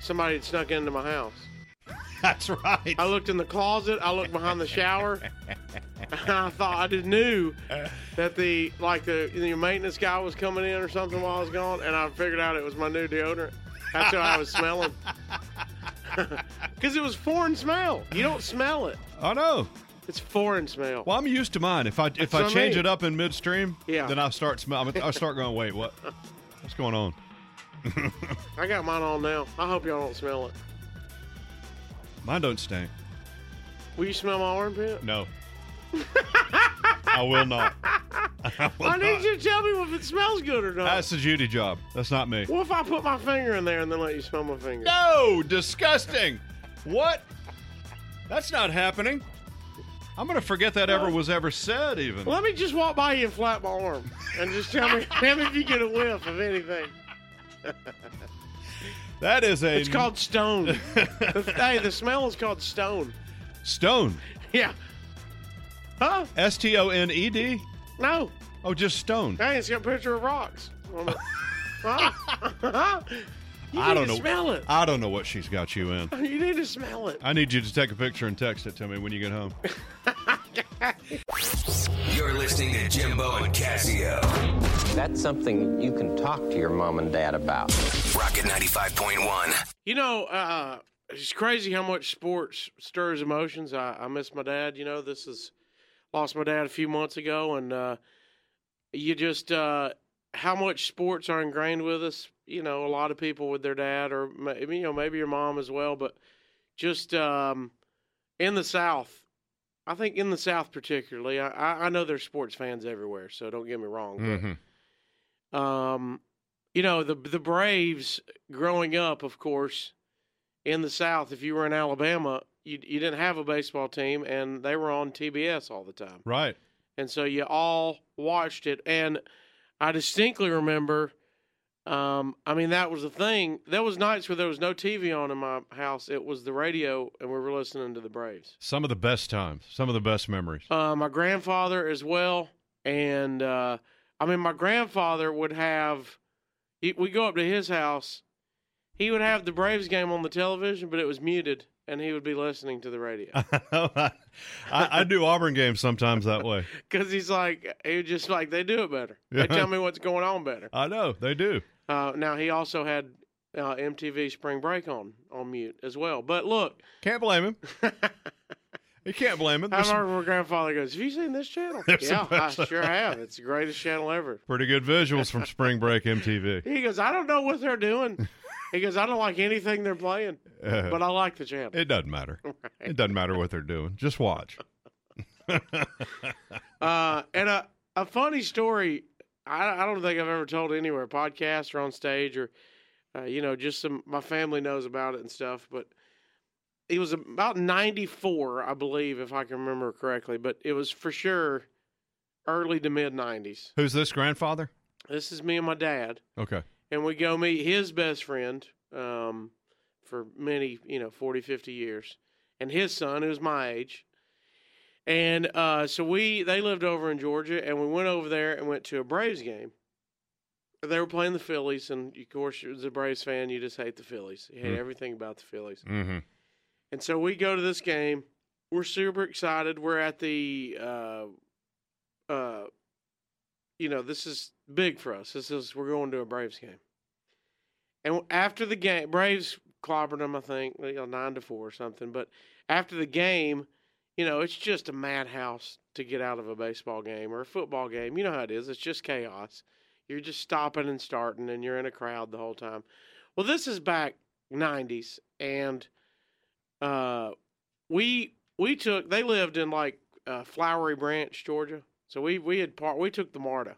somebody had snuck into my house.
That's right.
I looked in the closet. I looked behind the shower. And I thought I just knew that the like the the maintenance guy was coming in or something while I was gone, and I figured out it was my new deodorant. That's what I was smelling. Because it was foreign smell. You don't smell it.
I know.
It's foreign smell.
Well, I'm used to mine. If I if
That's
I
what I
change
mean.
it up in midstream,
Yeah.
then I start smell. I'm- I start going. Wait, what? What's going on?
I got mine on now. I hope y'all don't smell it.
Mine don't stink.
Will you smell my armpit?
No. I will not. I, will
I
not.
need you to tell me if it smells good or not.
That's the Judy job. That's not me.
What if I put my finger in there and then let you smell my finger?
No, disgusting. what? That's not happening. I'm gonna forget that ever was ever said. Even
Let me just walk by you and flap my arm and just tell me, tell me if you get a whiff of anything.
that is a
It's called stone. The- hey, the smell is called stone.
stone.
Yeah. Huh?
S T O N E D.
No.
Oh, just stone.
Hey, it's got a picture of rocks. on it. Huh? you
I
need
don't
to
know.
smell it.
I don't know what she's got you in.
You need to smell it.
I need you to take a picture and text it to me when you get home.
You're listening to Jimbo and Casio.
That's something you can talk to your mom and dad about.
Rocket 95.1.
You know, uh, it's crazy how much sports stirs emotions. I, I miss my dad. You know, this is lost my dad a few months ago, and uh, you just uh, how much sports are ingrained with us. You know, a lot of people with their dad, or ma- you know, maybe your mom as well, but just um, in the South, I think in the South particularly, I- I, I know there's sports fans everywhere. So don't get me wrong, but um, you know the the Braves growing up, of course, in the South. If you were in Alabama, you you didn't have a baseball team, and they were on TBS all the time,
Right.
and so you all watched it. And I distinctly remember, um, I mean, that was the thing. There was nights where there was no TV on in my house. It was the radio, and we were listening to the Braves.
Some of the best times. Some of the best memories.
Uh, my grandfather as well, and uh, I mean, my grandfather would have. he- We go up to his house. He would have the Braves game on the television, but it was muted, and he would be listening to the radio
I, I do Auburn games sometimes that way.
because he's like, he was just like, they do it better. They
Yeah.
tell me what's going on better.
I know they do.
Uh, now he also had uh, MTV Spring Break on on mute as well. But look,
can't blame him. you can't blame him.
I remember my grandfather goes, "Have you seen this channel?"
There's some-
yeah, I sure have. It's the greatest channel ever.
Pretty good visuals from Spring Break MTV.
He goes, "I don't know what they're doing." He goes, "I don't like anything they're playing,
Uh,
but I like the channel."
It doesn't matter. It doesn't matter what they're doing. Just watch.
Uh, and a, a funny story. I, I don't think I've ever told anywhere, podcast or on stage or, uh, you know, just some, my family knows about it and stuff, but it was about 94, I believe, if I can remember correctly, but it was for sure early to mid 90s.
Who's this grandfather?
This is me and my dad,
Okay.
and we go meet his best friend, um, for many, you know, 40, 50 years, and his son, who's my age. And uh, so we they lived over in Georgia, and we went over there and went to a Braves game. They were playing the Phillies, and of course, as a Braves fan, you just hate the Phillies. You hate
Mm.
everything about the Phillies.
Mm-hmm.
And so we go to this game. We're super excited. We're at the, uh, uh, you know, this is big for us. This is we're going to a Braves game. And after the game, Braves clobbered them, I think, you know, nine to four or something. But after the game, you know, it's just a madhouse to get out of a baseball game or a football game. You know how it is. It's just chaos. You're just stopping and starting, and you're in a crowd the whole time. Well, this is back '90s, and uh, we we took they lived in like uh, Flowery Branch, Georgia. So we we had part we took the MARTA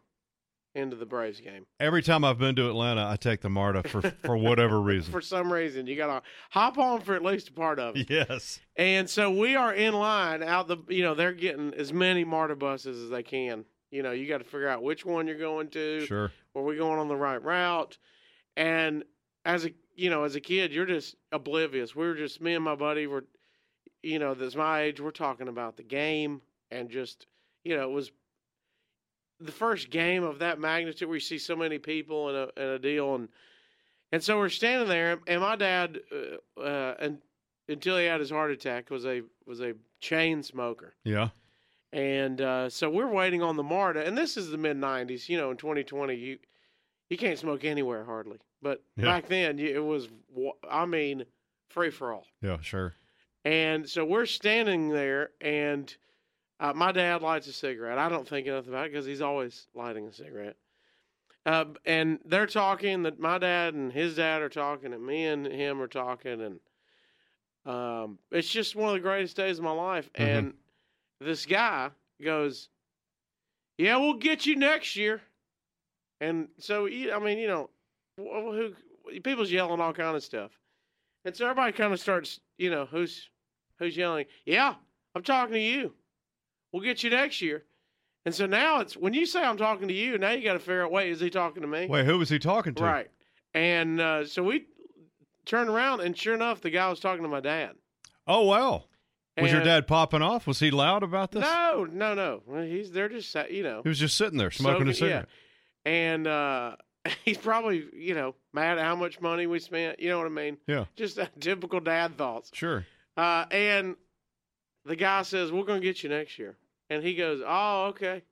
into the Braves game
Every time I've been to Atlanta, I take the MARTA for for whatever reason.
for some reason. You got to hop on for at least a part of it.
yes.
And so we are in line out the you know they're getting as many MARTA buses as they can. You know you got to figure out which one you're going to.
Sure.
Were we going on the right route? And as a you know, as a kid, you're just oblivious. We were just me and my buddy were, you know, that's my age. We're talking about the game and just you know, it was the first game of that magnitude where you see so many people in a in a deal and and so we're standing there and my dad uh, uh, and until he had his heart attack was a was a chain smoker
Yeah.
and uh, so we're waiting on the MARTA, and this is the mid '90s. You know, in 2020, you you can't smoke anywhere hardly. But
Yeah.
back then, you- it was wa- I mean, free for all.
Yeah. Sure.
And so we're standing there, and uh, my dad lights a cigarette. I don't think enough about it because he's always lighting a cigarette. Uh, and they're talking that my dad and his dad are talking, and me and him are talking, and um, it's just one of the greatest days of my life.
Mhm.
And this guy goes, "Yeah, we'll get you next year." And so, you- I mean, you know, wh- who people's yelling all kind of stuff, and so everybody kind of starts, you know, who's who's yelling? Yeah, I'm talking to you. We'll get you next year. And so now it's when you say I'm talking to you, now you got to figure out, wait, is he talking to me?
Wait, who was he talking to?
Right. And uh, so we turned around, and sure enough, the guy was talking to my dad.
Oh wow. Was your
And-
dad popping off? Was he loud about this?
No, no, no. Well, He's they're just sa- you know
He was just sitting there smoking a
so- yeah.
cigarette.
and uh, he's probably you know mad at how much money we spent. You know what I mean?
Yeah.
Just uh, typical dad thoughts.
Sure.
Uh, and the guy says, "We're gonna get you next year," and he goes, "Oh, okay."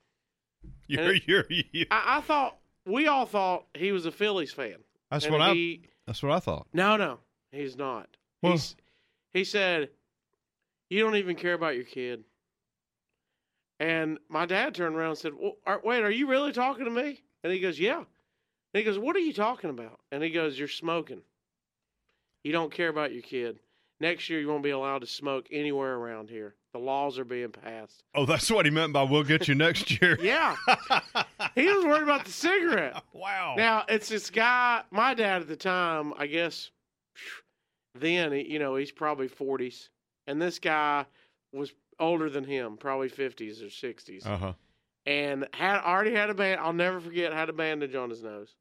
You're, you're, you
I, I thought we all thought he was a Phillies fan.
That's
And
what I-
he-
That's what I thought.
No, no, he's not.
Well-
He's, he said, "You don't even care about your kid." And my dad turned around and said, well, are, "Wait, are you really talking to me?" And he goes, "Yeah." And he goes, "What are you talking about?" And he goes, "You're smoking. You don't care about your kid. Next year, you won't be allowed to smoke anywhere around here. The laws are being passed."
Oh, that's what he meant by "We'll get you next year."
Yeah, he was worried about the cigarette.
Wow.
Now it's this guy. My dad at the time, I guess. Then you know he's probably forties, and this guy was older than him, probably fifties or sixties,
Uh huh.
and had already had a band. I'll never forget had a bandage on his nose,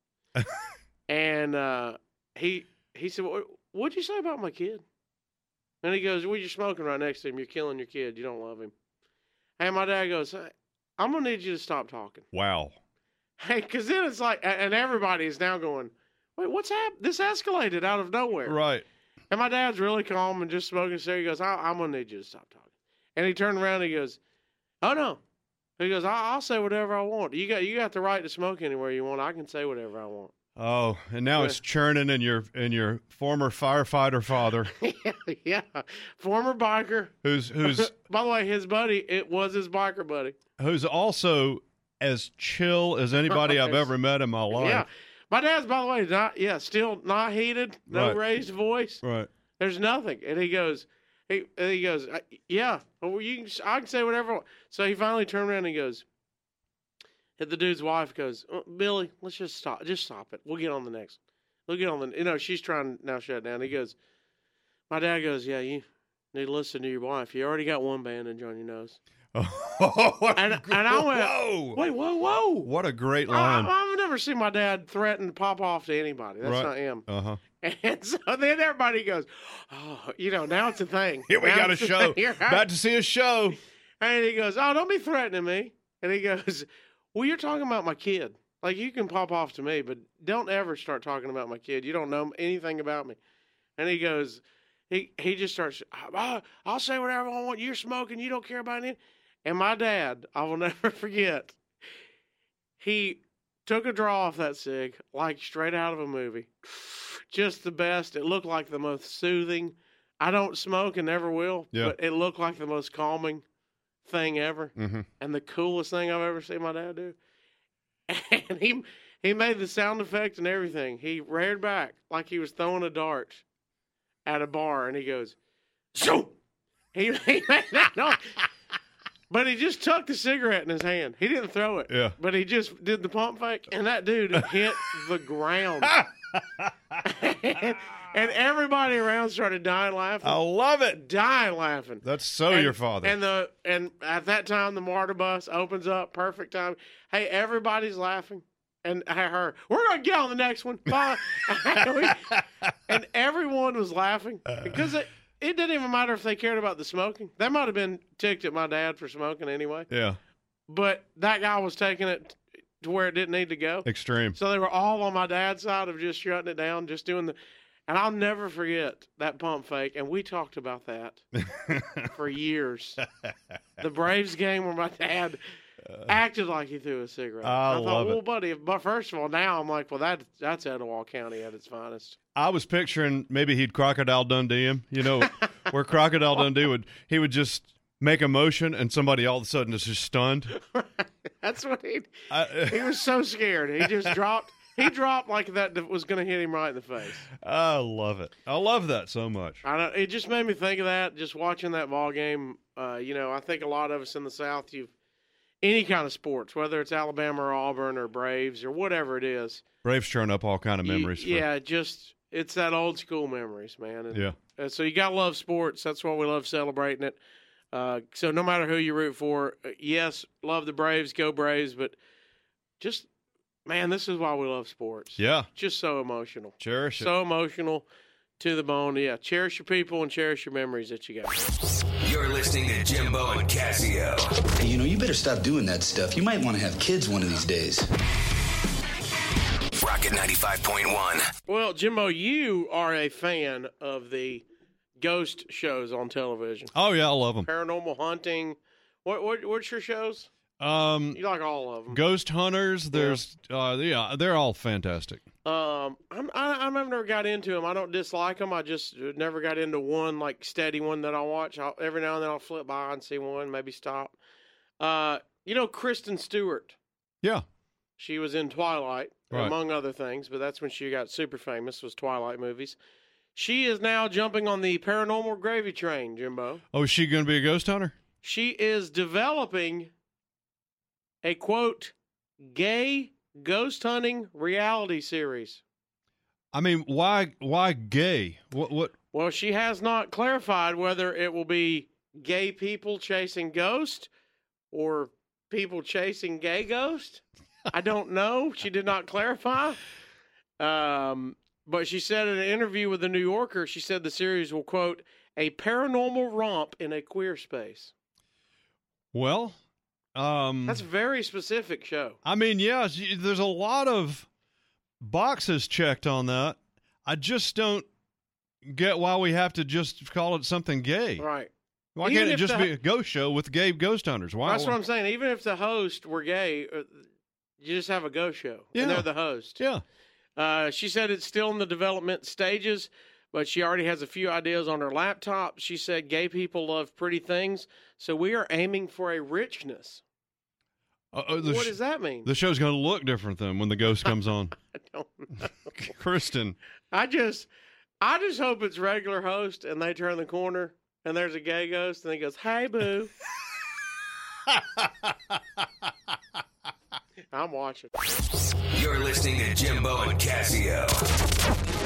and uh, he he said, "What- "What'd you say about my kid?" And he goes, "Well, you're smoking right next to him. You're killing your kid. You don't love him." And my dad goes, "Hey, "I'm gonna need you to stop talking."
Wow.
Hey, because then it's like, a- and everybody is now going, wait, what's happened? This escalated out of nowhere.
Right.
And my dad's really calm and just smoking a cigarette. He goes, I- I'm going to need you to stop talking. And he turned around and he goes, oh, no. He goes, I- I'll say whatever I want. You got you got the right to smoke anywhere you want. I can say whatever I want.
Oh, and now it's churning in your in your former firefighter father,
yeah, former biker.
who's who's
By the way, his buddy. It was his biker buddy.
who's also as chill as anybody I've ever met in my
Yeah,
life.
my dad's. By the way, not yeah, still not heated. No
Right.
raised voice.
Right.
There's nothing. And he goes, he, and he goes, "I- yeah, well, you can, I can say whatever. I want." So he finally turned around and he goes, and the dude's wife goes, "Uh, Billy, let's just stop. Just stop it. We'll get on the next. We'll get on the, you know, she's trying to now shut down. He goes, my dad goes, yeah, you need to listen to your wife. You already got one bandage on your nose. and, and I went,
Oh, Whoa.
wait, whoa, whoa.
What a great
I,
line.
I've never seen my dad threaten to pop off to anybody. That's
um, right.
not him.
Uh huh.
And so then everybody goes, oh, you know, now it's a thing.
Here we
Now
got a
it's
show.
thing, right?
About to see a show.
and he goes, oh, don't be threatening me. And he goes, well, you're talking about my kid. Like, you can pop off to me, but don't ever start talking about my kid. You don't know anything about me. And he goes, he, he just starts, "I- I'll say whatever I want. You're smoking. You don't care about it. And my dad, I will never forget, he took a draw off that cig, like straight out of a movie. Just the best. It looked like the most soothing. I don't smoke and never will,
Yeah.
but it looked like the most calming thing ever
Mm-hmm.
and the coolest thing I've ever seen my dad do. And he he made the sound effect and everything. He reared back like he was throwing a dart at a bar, and he goes, "Zoom!" He, he made that noise, but he just tucked the cigarette in his hand. He didn't throw it,
Yeah.
but he just did the pump fake, and that dude hit the ground. and, everybody around started dying laughing.
I love it.
dying laughing.
That's so
And-
Oh, your father.
And the and at that time the martyr bus opens up, perfect time. Hey, everybody's laughing. And I heard, we're gonna get on the next one. Bye. and, we- and everyone was laughing
Uh.
because it, it didn't even matter if they cared about the smoking. They might have been ticked at my dad for smoking anyway.
yeah.
But that guy was taking it to where it didn't need to go.
Extreme.
So they were all on my dad's side of just shutting it down, just doing the. And I'll never forget that pump fake. And we talked about that for years. the Braves game where my dad acted like he threw a cigarette.
Uh, I
thought,
love it.
well, buddy, if, but first of all, now I'm like, well, that that's Etowah County at its finest.
I was picturing maybe he'd crocodile Dundee him, you know, where crocodile Dundee would he would just make a motion and somebody all of a sudden is just stunned.
That's what he.
I,
He was so scared. He just dropped. He dropped like that was going to hit him right in the face.
I love it. I love that so much.
I don't, it just made me think of that. Just watching that ball game, uh, you know, I think a lot of us in the South, you've any kind of sports, whether it's Alabama or Auburn or Braves or whatever it is.
Braves churn up all kind of
you-
memories. for-
yeah, just it's that old school memories, man. And,
Yeah.
uh, so you gotta love sports. That's why we love celebrating it. Uh, so no matter who you root for, uh, yes, love the Braves, go Braves, but just man, this is why we love sports.
Yeah.
Just so emotional
Cherish it.
so emotional to the bone. Yeah, cherish your people and cherish your memories that you got.
You're listening to Jimbo and Casio.
Hey, you know, you better stop doing that stuff. You might want to have kids one of these days.
Rocket 95.1.
Well, Jimbo, you are a fan of the ghost shows on television,
oh yeah, I love them.
paranormal hunting. What, what what's your shows?
Um,
You like all of them.
Ghost Hunters. There's uh, yeah, they're all fantastic.
Um, I'm, I, I've never got into them. I don't dislike them. I just uh, never got into one like steady one that I watch. I'll, every now and then I'll flip by and see one, maybe stop. Uh, you know, Kristen Stewart.
Yeah.
She was in Twilight,
Right.
among other things, but that's when she got super famous was Twilight movies. She is now jumping on the paranormal gravy train, Jimbo.
Oh, is she gonna be a ghost hunter?
She is developing a quote gay ghost hunting reality series.
I mean, why why gay? What what?
Well, she has not clarified whether it will be gay people chasing ghosts or people chasing gay ghosts. I don't know. She did not clarify. Um, but she said in an interview with the New Yorker, she said the series will quote a paranormal romp in a queer space.
Well, um,
That's a very specific show.
I mean, yeah, she- there's a lot of boxes checked on that. I just don't get why we have to just call it something gay.
Right.
Why
Even
can't it
if
just
the-
be a ghost show with gay ghost hunters? Why?
That's what I'm saying. Even if the host were gay, uh, you just have a ghost show
Yeah.
and they're the host.
yeah.
Uh, she said it's still in the development stages, but she already has a few ideas on her laptop. She said gay people love pretty things, so we are aiming for a richness.
Uh, uh, the
what
sh-
does that mean?
The show's going to look different then when the ghost comes on.
I don't know.
Kristen,
I just, I just hope it's regular host and they turn the corner and there's a gay ghost and he goes, "Hey, boo." I'm watching.
You're listening to Jimbo and Casio.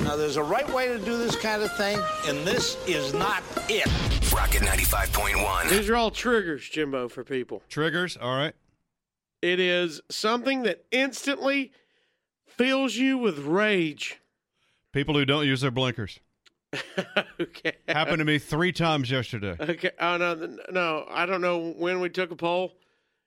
Now, there's a right way to do this kind of thing, and this is not it.
Rocket 95.1.
These are all triggers, Jimbo, for people.
Triggers, all right.
It is something that instantly fills you with rage.
people who don't use their blinkers.
okay.
Happened to me three times yesterday.
Okay. Oh no, th- no. I don't know when we took a poll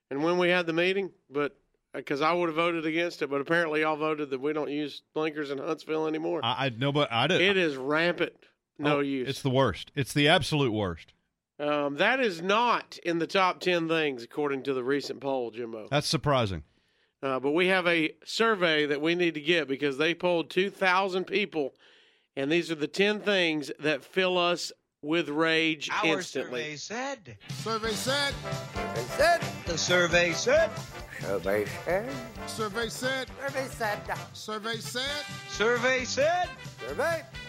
and when we had the meeting, but because I would have voted against it, but apparently y'all voted that we don't use blinkers in Huntsville anymore.
I, I no, but I did. Oh,
it is rampant. No use.
It's the worst. It's the absolute worst.
Um, that is not in the top ten things according to the recent poll, Jimbo.
That's surprising.
Uh, but we have a survey that we need to get because they polled 2,000 people, and these are the 10 things that fill us with rage instantly.
said. Survey said. Survey said. The survey said.
Survey said.
Survey said. Survey said. Survey said. Survey said.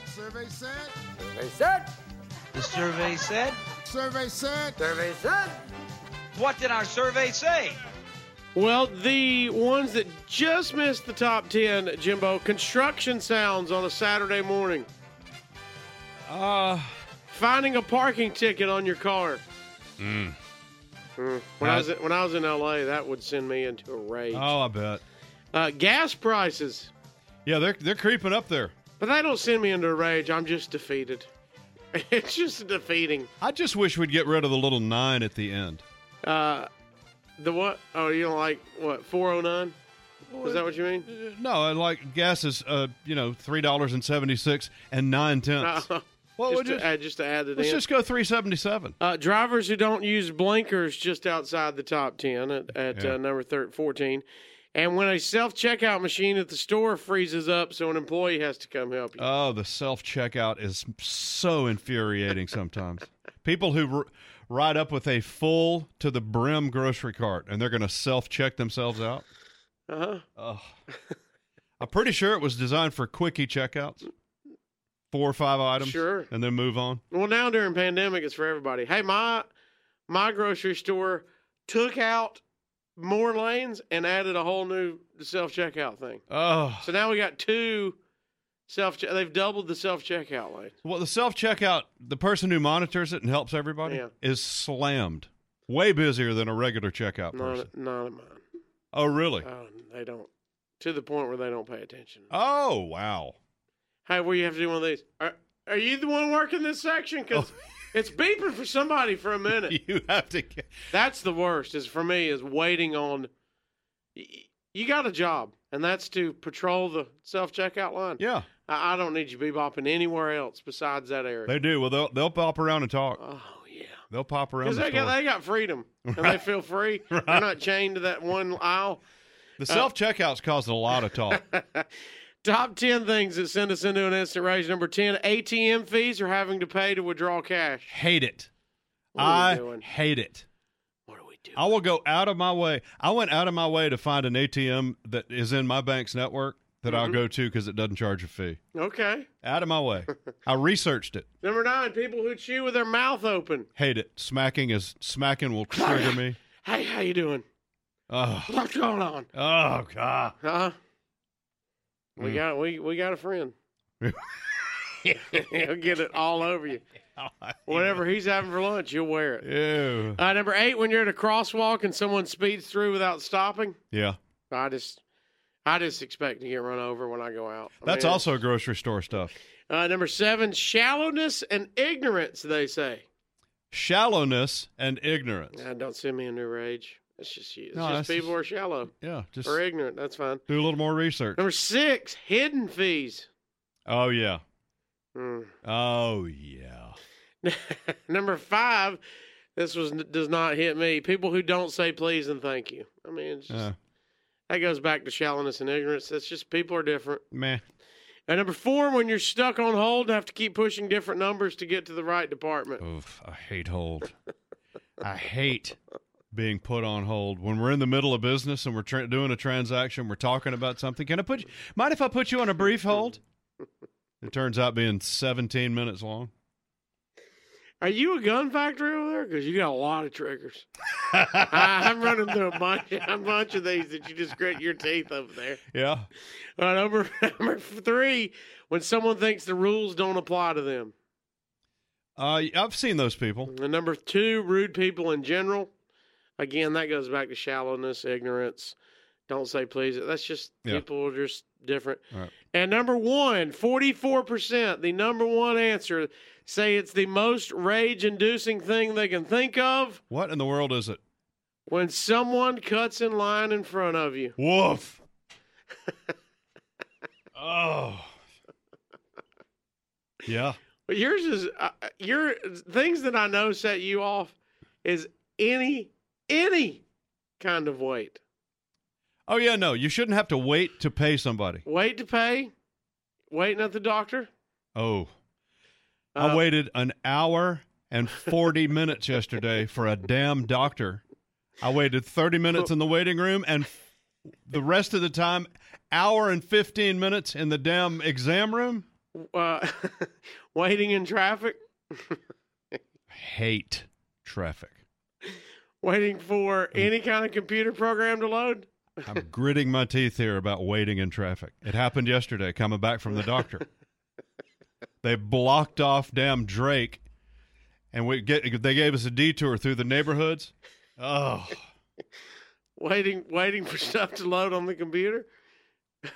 Survey. Survey said. Survey said. The survey said. Survey said. Survey said. What did our survey say?
Well, the ones that just missed the top 10, Jimbo, construction sounds on a Saturday morning.
Uh,
Finding a parking ticket on your car. Mm, When, I was, when I was in LA, that would send me into a rage.
Oh, I bet.
Uh, gas prices.
Yeah, they're they're creeping up there.
But they don't send me into a rage. I'm just defeated. It's just defeating.
I just wish we'd get rid of the little nine at the end.
Uh, the what? Oh, you don't like what? 409? Is that what you mean?
No, I like gas is uh, you know three dollars and seventy six and nine tenths.
Uh,
Well, we'll
just, to
Oh, just-
add, just to add it
Let's
in.
just go three seventy seven.
Uh, drivers who don't use blinkers just outside the top 10 at, at
Yeah.
uh, number thir- 14. And when a self checkout machine at the store freezes up, so an employee has to come help you.
Oh, the self checkout is so infuriating sometimes. People who r- ride up with a full to the brim grocery cart and they're going to self check themselves out.
Uh-huh.
Oh. I'm pretty sure it was designed for quickie checkouts, four or five items,
Sure.
and then move on.
Well, now during pandemic, it's for everybody. Hey, my my grocery store took out more lanes and added a whole new self checkout thing.
Oh,
So now we got two self. They've doubled the self checkout lane.
well, the self checkout, the person who monitors it and helps everybody
Yeah.
is slammed, way busier than a regular checkout person.
Not, not at mine.
Oh, really?
Oh, they don't. To the point where they don't pay attention.
Oh, wow.
Hey, where you have to do one of these? Are, are you the one working this
Oh.
section? Because it's beeping for somebody for a minute.
you have to. Get...
That's the worst. Is for me is waiting on. y- y- You got a job, and that's to patrol the self checkout line.
Yeah.
I, I don't need you bebopping anywhere else besides that area.
They do. Well, they'll they'll pop around and talk.
Oh yeah.
They'll pop around.
Because
The,
they got,
store.
they got freedom and they
Right.
feel free. They're
Right.
not chained to that one aisle. Uh,
the self checkouts caused a lot of talk.
Top 10 things that send us into an instant rage. Number 10 ATM fees or having to pay to withdraw cash.
hate it.
What are
I
we doing?
hate it. What are we doing? I will go out of my way. I went out of my way to find an ATM that is in my bank's network that I'll
Mhm.
go to because it doesn't charge a fee.
Okay.
Out of my way. I researched it.
Number 9 people who chew with their mouth open.
Hate it. Smacking is smacking will trigger me.
Hey, how you doing?
Oh,
What's going on?
oh God.
Huh? We
Mm.
got we we got a friend. He'll get it all over you. Whatever he's having for lunch, you'll wear it.
Ew.
Uh, number eight, when you're at a crosswalk and someone speeds through without stopping,
Yeah.
I just, I just expect to get run over when I go out. I
That's
mean,
also grocery store stuff.
uh, number seven, shallowness and ignorance. They say.
Shallowness and ignorance.
Nah, don't send me into rage. It's just you. It's
No,
just
that's
people are shallow
Yeah. Just
or ignorant. That's fine.
do a little more research.
Number six, hidden fees.
Oh yeah.
Mm.
Oh yeah.
Number five, this was does not hit me. People who don't say please and thank you. I mean, it's just,
Uh,
That goes back to shallowness and ignorance. It's just people are different.
Meh.
And number four, when you're stuck on hold and have to keep pushing different numbers to get to the right department.
Oof, I hate hold. I hate being put on hold when we're in the middle of business and we're tra- doing a transaction. We're talking about something. Can I put? You, mind if I put you on a brief hold? It turns out being 17 minutes long.
Are you a gun factory over there? Because you got a lot of triggers. I, am running through a bunch, a bunch of these that you just grit your teeth over there.
Yeah.
Uh, number number three, when someone thinks the rules don't apply to them.
Uh, I've seen those people.
And number two, rude people in general. Again, that goes back to shallowness, ignorance. Don't say please. That's just
Yeah.
people are just different.
All right.
And number one, 44%, the number one answer, say it's the most rage inducing thing they can think of
What in the world is it?
when someone cuts in line in front of you.
Woof. oh. Yeah.
But yours is uh, uh, your things that I know set you off is any any kind of wait.
Oh yeah, no, you shouldn't have to wait to pay somebody.
Wait to pay, waiting at the doctor.
Oh. I
Uh,
waited an hour and 40 minutes yesterday for a damn doctor. I waited 30 minutes in the waiting room and f- the rest of the time hour and 15 minutes in the damn exam room.
Uh, waiting in traffic,
Hate traffic.
waiting for any kind of computer program to load.
I'm gritting my teeth here about waiting in traffic. It happened yesterday coming back from the doctor. they blocked off damn Drake and we get they gave us a detour through the neighborhoods. Oh,
Waiting, waiting for stuff to load on the computer.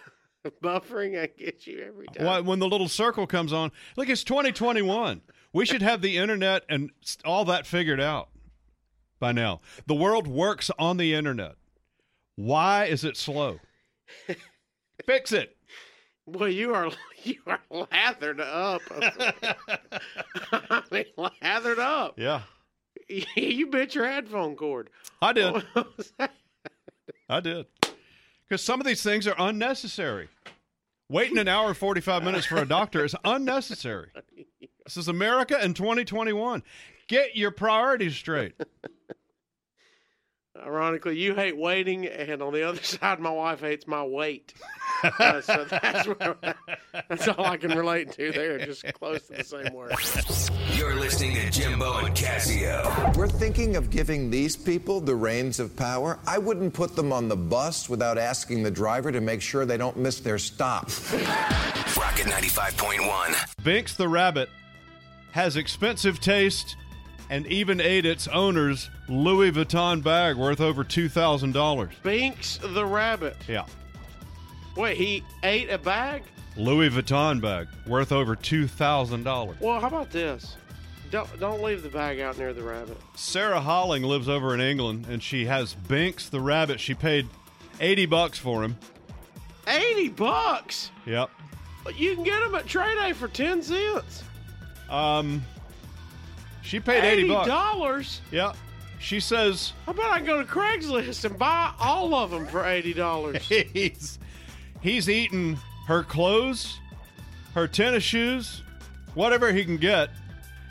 Buffering, I get you every time.
Why, when the little circle comes on, look, it's 2021. We should have the internet and s- all that figured out by now. The world works on the internet. Why is it slow? Fix it.
Boy, you are you are lathered up. I mean, lathered up.
Yeah,
You bit your headphone cord.
I did. I did. Because some of these things are unnecessary. Waiting an hour and 45 minutes for a doctor is unnecessary. This is America in 2021. Get your priorities straight.
Ironically, you hate waiting, and on the other side, my wife hates my weight. Uh, so that's where, that's all I can relate to. There, just close to the same word.
You're listening to Jimbo and Casio.
We're thinking of giving these people the reins of power. I wouldn't put them on the bus without asking the driver to make sure they don't miss their stop.
Rocket 95.1.
Binks the rabbit has expensive taste and even ate its owner's Louis Vuitton bag worth over $2,000.
Binks the rabbit.
Yeah.
Wait, he ate a bag?
Louis Vuitton bag worth over $2,000.
Well, how about this? Don't don't leave the bag out near the rabbit.
Sarah Holling lives over in England and she has Binks the rabbit. She paid 80 bucks for him.
Eighty bucks.
Yep.
But You can get them at Trade Day for ten cents.
Um she paid 80 bucks.
dollars.
Yep. She says
How about I go to Craigslist and buy all of them for eighty dollars?
he's he's eaten her clothes, her tennis shoes, whatever he can get.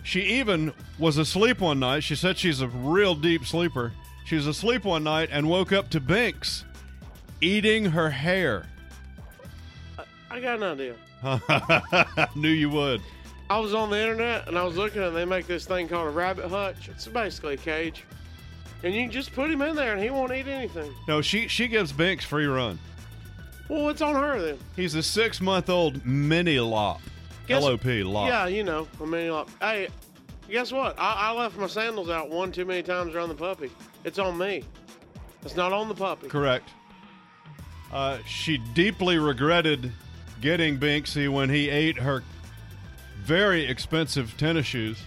She even was asleep one night. She said she's a real deep sleeper. She was asleep one night and woke up to Binks eating her hair.
I got an idea.
Knew you would.
I was on the internet and I was looking, and they make this thing called a rabbit hutch. It's basically a cage, and you can just put him in there, and he won't eat anything.
No, she she gives Binks free run.
Well, what's on her then?
He's a six month old mini lop.
Guess-
LOP lop.
Yeah, you know, I mean, like, hey, guess what? I, I left my sandals out one too many times around the puppy. It's on me. It's not on the puppy.
Correct. Uh, she deeply regretted getting Binksy when he ate her very expensive tennis shoes,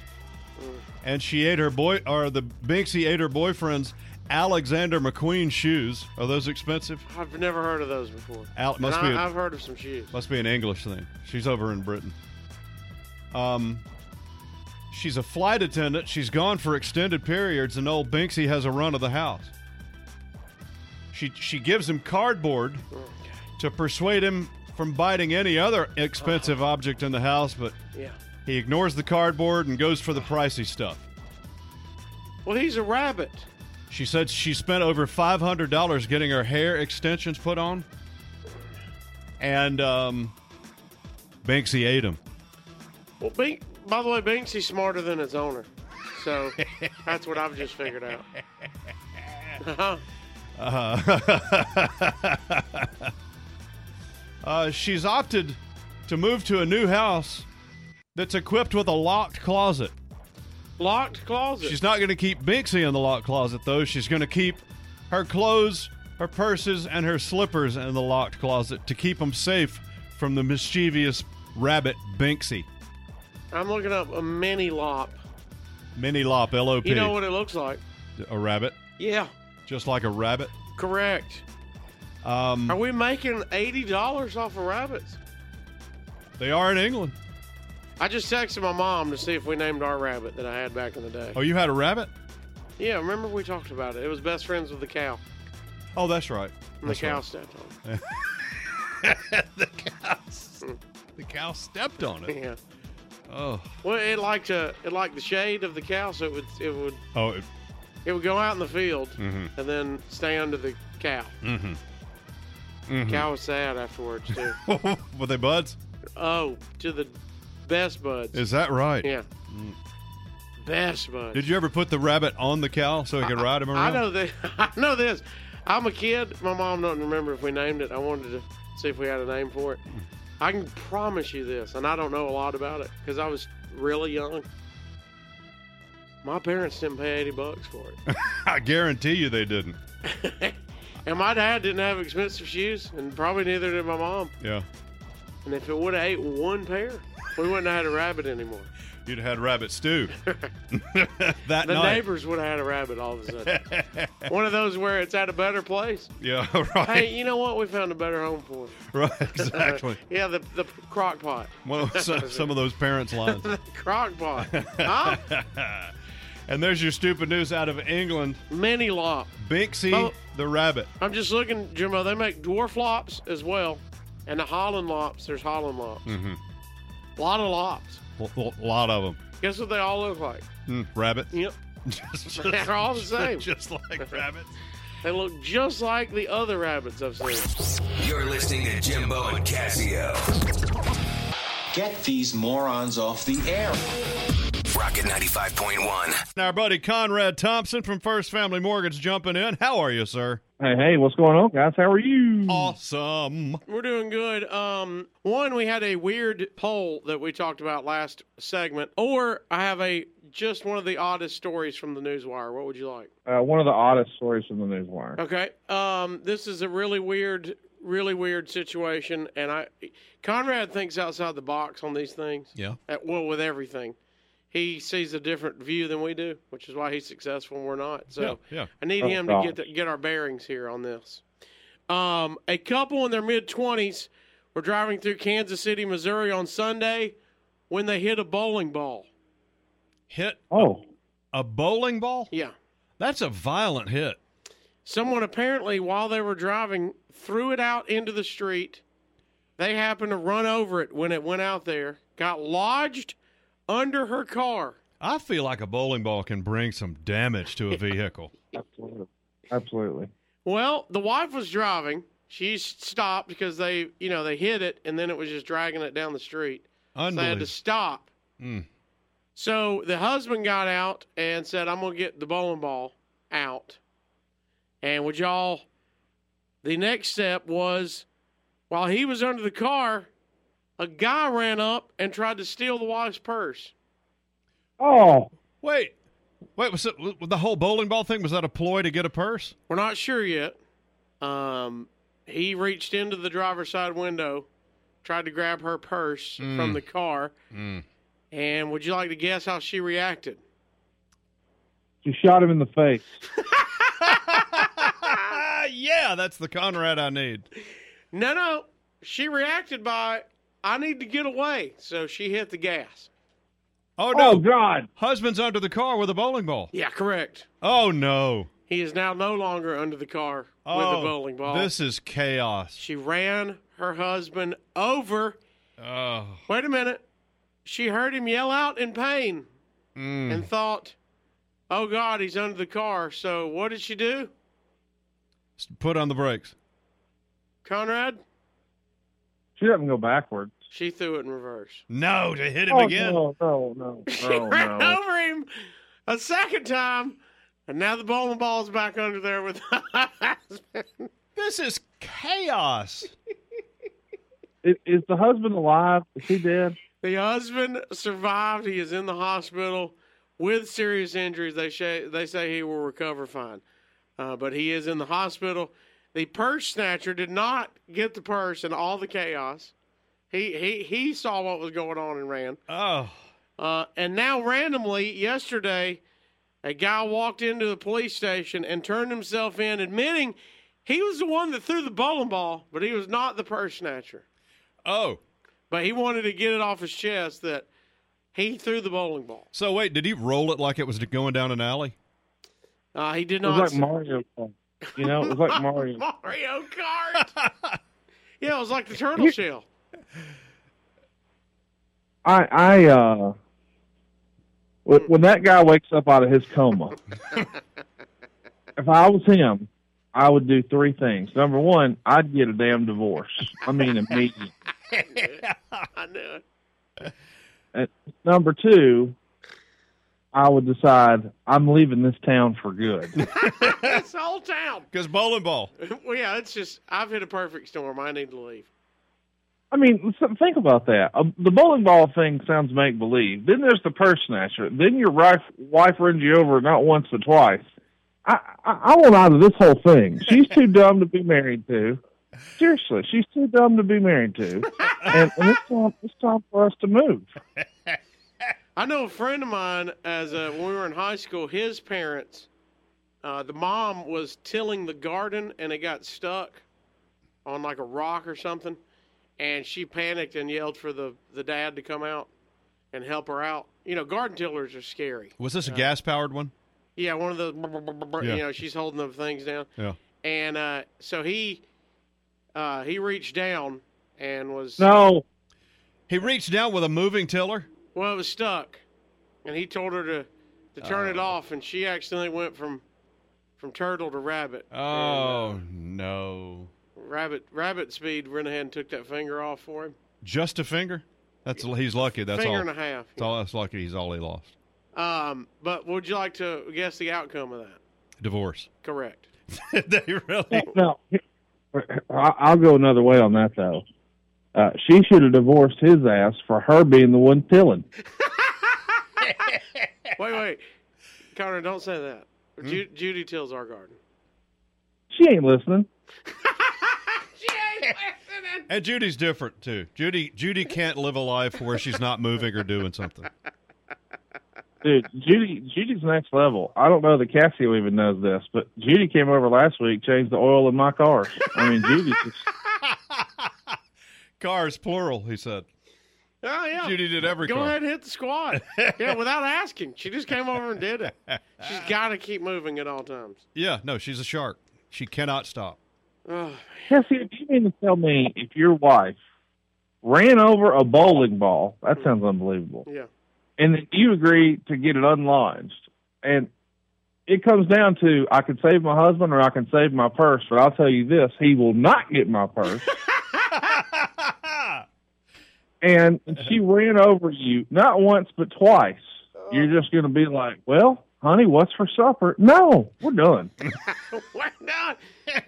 and she ate her boy or the Binksy ate her boyfriend's Alexander McQueen shoes. Are those expensive?
I've never heard of those before.
Al- must
and
be a-
I, I've heard of some shoes.
Must be an English thing. She's over in Britain. Um, she's a flight attendant. She's gone for extended periods, and old Binksy has a run of the house. She she gives him cardboard to persuade him from biting any other expensive object in the house, but
Yeah.
he ignores the cardboard and goes for the pricey stuff.
Well, he's a rabbit.
She said she spent over five hundred dollars getting her hair extensions put on, and um, Banksy ate him.
Well, Bink, by the way, Banksy's smarter than its owner. So that's what I've just figured out. Uh-huh.
Uh, uh, she's opted to move to a new house that's equipped with a locked closet.
Locked closet.
She's not going to keep Binksy in the locked closet, though. She's going to keep her clothes, her purses, and her slippers in the locked closet to keep them safe from the mischievous rabbit Binksy.
I'm looking up a mini lop.
Mini Lop, L O P.
You know what it looks like?
a rabbit.
Yeah,
Just like a rabbit.
correct.
Um,
Are we making eighty dollars off of rabbits?
They are in England.
I just texted my mom to see if we named our rabbit that I had back in the day.
Oh, you had a rabbit?
Yeah, remember we talked about it. It was best friends with the cow.
Oh, that's right.
And
That's
the cow
right.
stepped on
the cow. The cow stepped on it.
Yeah.
Oh.
Well, it liked uh, it liked the shade of the cow, so it would it would
Oh. It,
it would go out in the field
Mhm.
and then stay under the cow.
mm-hmm. Mm-hmm.
Cow was sad afterwards too.
Were they buds?
oh, to the best buds.
Is that right?
Yeah,
Mm.
best buds.
Did you ever put the rabbit on the cow so he could ride him
I
around?
know that. I know this. I'm a kid. My mom don't remember if we named it. I wanted to see if we had a name for
Mm.
it. I can promise you this, and I don't know a lot about it because I was really young. My parents didn't pay eighty bucks for it,
I guarantee you they didn't.
and my dad didn't have expensive shoes, and probably neither did my mom.
Yeah.
And if it would have ate one pair, we wouldn't have had a rabbit anymore.
You'd have had rabbit stew. that
the
night.
neighbors would have had a rabbit all of a sudden. One of those where it's at a better place.
Yeah, right.
Hey, you know what? We found a better home for it.
Right, exactly.
yeah, the the crock pot.
One of, some, some of those parents' lines.
the crock pot. Huh?
and there's your stupid news out of England.
Mini lop.
Binksy
Well-
the rabbit.
I'm just looking, Jimbo. They make dwarf lops as well, and the Holland lops. There's Holland lops.
Mm-hmm.
A lot of lops.
A lot of them.
Guess what they all look like?
Mm, rabbit.
Yep.
Just,
They're all the same.
Just like rabbits.
they look just like the other rabbits I've seen.
You're listening to Jimbo and Casio.
Get these morons off the air.
Rocket 95.1.
And Our buddy Conrad Thompson from First Family Mortgage jumping in. How are you, sir?
Hey, hey, what's going on, guys? How are you?
Hmm.
Oh. Awesome.
We're doing good. Um, one, we had a weird poll that we talked about last segment, or I have a just one of the oddest stories from the newswire. What would you like?
Uh, one of the oddest stories from the newswire.
Okay. Um, this is a really weird, really weird situation, and I, Conrad thinks outside the box on these things.
Yeah.
At, well, with everything, he sees a different view than we do, which is why he's successful and we're not. So
Yeah, yeah.
I need
Oh,
him
gosh.
to get the, get our bearings here on this. Um, a couple in their mid twenties were driving through Kansas City, Missouri on Sunday when they hit a bowling ball.
Hit
oh
a bowling ball.
Yeah.
That's a violent hit.
Someone apparently, while they were driving, threw it out into the street. They happened to run over it when it went out there, got lodged under her car.
I feel like a bowling ball can bring some damage to a vehicle.
Absolutely. Absolutely.
Well, the wife was driving. She stopped because they, you know, they hit it and then it was just dragging it down the street. So they had to
Unbelievable.
stop.
Mm.
So the husband got out and said, I'm going to get the bowling ball out. And would y'all, the next step was while he was under the car, a guy ran up and tried to steal the wife's purse.
Oh.
Wait. Wait, was it, was the whole bowling ball thing was that a ploy to get a purse?
We're not sure yet. Um, he reached into the driver's side window, tried to grab her purse
Mm.
from the car.
Mm.
And would you like to guess how she reacted?
She shot him in the face.
Ah, yeah, that's the Conrad I need.
No, no. She reacted by, I need to get away. So she hit the gas.
Oh no.
Oh God.
Husband's under the car with a bowling ball.
Yeah, correct.
Oh no. Oh,
He is now no longer under the car with the bowling ball.
This is chaos.
She ran her husband over.
Oh.
Wait a minute. She heard him yell out in pain and thought, oh God, he's under the car. So what did she do?
Put on the brakes.
Conrad?
She doesn't go backwards.
She threw it in reverse.
No, to hit him
Oh,
again.
No, no, no.
She
Oh,
ran
no.
over him a second time. And now the bowling ball's back under there with the husband.
This is chaos.
Is, is the husband alive? Is he dead?
The husband survived. He is in the hospital with serious injuries. They say they say he will recover fine, uh, but he is in the hospital. The purse snatcher did not get the purse in all the chaos. He he he saw what was going on and ran.
Oh,
uh, and now randomly yesterday, a guy walked into the police station and turned himself in, admitting he was the one that threw the bowling ball, but he was not the purse snatcher.
Oh.
But he wanted to get it off his chest that he threw the bowling ball.
So wait, did he roll it like it was going down an alley?
Uh, he did
It was
not.
like Mario. Kart. You know, it was like Mario.
Mario Kart. yeah, it was like the turtle shell.
I, I, uh, when, when that guy wakes up out of his coma, if I was him, I would do three things. Number one, I'd get a damn divorce. I mean, immediately.
I knew it.
And number two, I would decide I'm leaving this town for good.
this whole town.
Because bowling ball.
well, yeah, it's just I've hit a perfect storm. I need to leave.
I mean, s- think about that. Uh, the bowling ball thing sounds make believe. Then there's the purse snatcher. Then your wife wife runs you over not once but twice. I, I I want out of this whole thing. She's too dumb to be married to. Seriously, she's too dumb to be married to. And, and it's time it's time for us to move.
I know a friend of mine as uh when we were in high school, his parents, uh, the mom was tilling the garden and it got stuck on like a rock or something, and she panicked and yelled for the the dad to come out and help her out. You know, garden tillers are scary.
Was this a gas powered one?
Yeah, one of those. brr, brr, brr, brr,
Yeah.
You know, she's holding the things down.
Yeah.
And uh, so he uh, he reached down and was
No.
He reached down with a moving tiller.
well, it was stuck, and he told her to to turn
Oh.
it off, and she accidentally went from from turtle to rabbit.
Oh no.
Rabbit rabbit speed went ahead and took that finger off for him.
Just a finger? That's he's lucky. That's
Finger
all.
and a half,
That's all. That's lucky. He's all he lost.
Um, but would you like to guess the outcome of that?
Divorce.
Correct.
they really.
No, I- I'll go another way on that though. Uh, she should have divorced his ass for her being the one tilling.
wait, wait, Connor, don't say that.
Hmm?
Ju- Judy tills our garden.
She ain't listening.
And Judy's different too. Judy Judy can't live a life where she's not moving or doing something.
Dude, Judy, Judy's next level. I don't know that Cassio even knows this, but Judy came over last week, changed the oil in my car. I mean, Judy's just,
Cars plural. He said.
Oh yeah.
Judy did every
Go
car.
ahead and hit the squad. yeah, without asking. She just came over and did it. She's got to keep moving at all times.
Yeah. No, she's a shark. She cannot stop.
Ugh.
Cassio, do you mean to tell me if your wife ran over a bowling ball? That sounds unbelievable.
Yeah.
And then you agree to get it unlodged, and it comes down to I can save my husband or I can save my purse, but I'll tell you this: he will not get my purse. and she ran over you not once but twice. You're just going to be like, "Well, honey, what's for supper?" No, we're done.
Why not?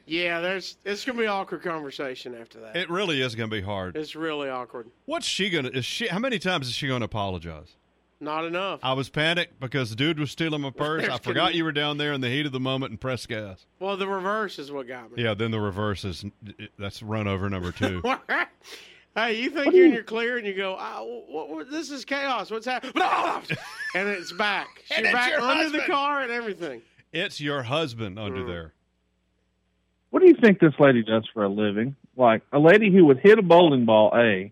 Yeah, there's. It's gonna be an awkward conversation after that.
It really is going to be hard.
It's really awkward.
What's she gonna? Is she? How many times is she gonna apologize?
Not enough.
I was panicked because the dude was stealing my purse. I
There's
forgot
gonna-
you were down there in the heat of the moment and pressed gas.
Well, the reverse is what got me.
Yeah, then the reverse is that's run over number two.
hey, you think you're in your clear and you go, ah, what, what, this is chaos. What's happening? and it's back. She's
it's
back
your
under the
husband.
car and everything.
it's your husband under there.
What do you think this lady does for a living? Like a lady who would hit a bowling ball, a,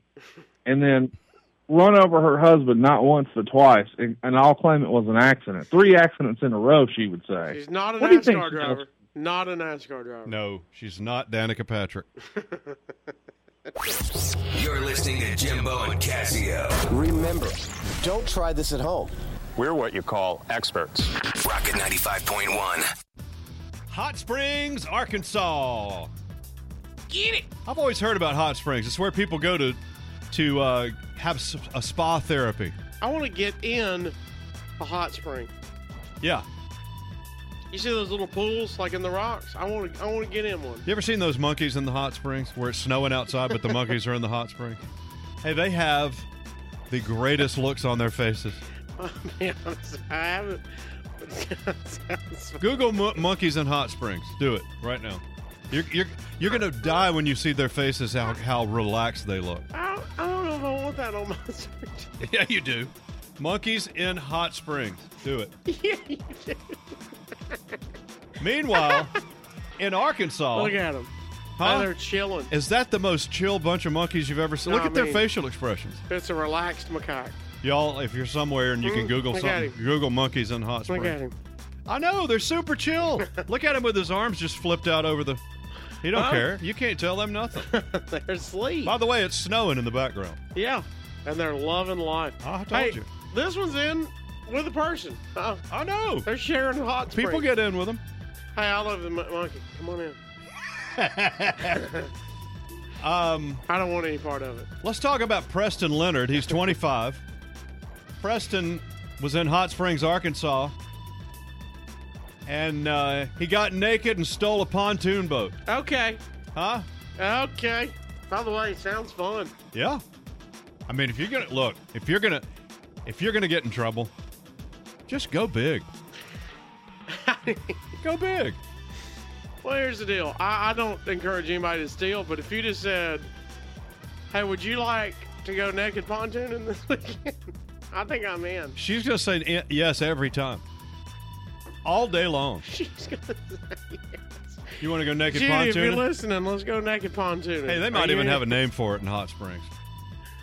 and then run over her husband not once but twice, and, and I'll claim it was an accident. Three accidents in a row, she would say.
She's not an
What do you think
NASCAR
she does?
driver. Not a NASCAR driver.
No, she's not Danica Patrick.
You're listening to Jimbo and Casio.
Remember, don't try this at home. We're what you call experts.
Rocket 95.1.
Hot Springs, Arkansas.
Get it.
I've always heard about hot springs. It's where people go to to uh, have s- a spa therapy.
I want to get in a hot spring.
Yeah.
You see those little pools like in the rocks? I want to. I want to get in one.
You ever seen those monkeys in the hot springs where it's snowing outside, but the monkeys are in the hot spring? Hey, they have the greatest looks on their faces.
Oh, man, I haven't.
Google mo- monkeys in hot springs. Do it right now. You're, you're, you're going to die when you see their faces, how, how relaxed they look.
I don't, I don't know if I want that on my search.
Yeah, you do. Monkeys in hot springs. Do it.
Yeah, you do.
Meanwhile, in Arkansas.
Look at them.
Huh?
They're chilling.
Is that the most chill bunch of monkeys you've ever seen?
No,
Look
I
at their
mean-
facial expressions.
It's a relaxed macaque.
Y'all, if you're somewhere and you can
Mm,
Google
look at
something, Google monkeys in hot
Look at
springs.
him.
I know, they're super chill. Look at him with his arms just flipped out over the. He don't
Huh?
care. You can't tell them nothing.
they're asleep.
By the way, it's snowing in the background.
Yeah, and they're loving life.
I told you.
This one's in with a person. Uh,
I know.
They're sharing hot springs.
People get in with them.
Hey, I love the mon- monkey. Come on in.
Um,
I don't want any part of it.
Let's talk about Preston Leonard. He's 25. Preston was in Hot Springs, Arkansas, and uh, he got naked and stole a pontoon boat.
Okay.
Huh?
Okay. By the way, sounds fun.
Yeah. I mean, if you're gonna look, if you're gonna, if you're gonna get in trouble, just go big. go big.
Well, here's the deal. I, I don't encourage anybody to steal, but if you just said, "Hey, would you like to go naked pontooning this weekend?" I think I'm in.
She's gonna say "Eh, yes every time, all day long.
She's gonna say yes.
You want to go naked
Judy, if you're
pontooning?
listening, let's go naked pontooning.
Hey, they might even have a name for it in Hot Springs.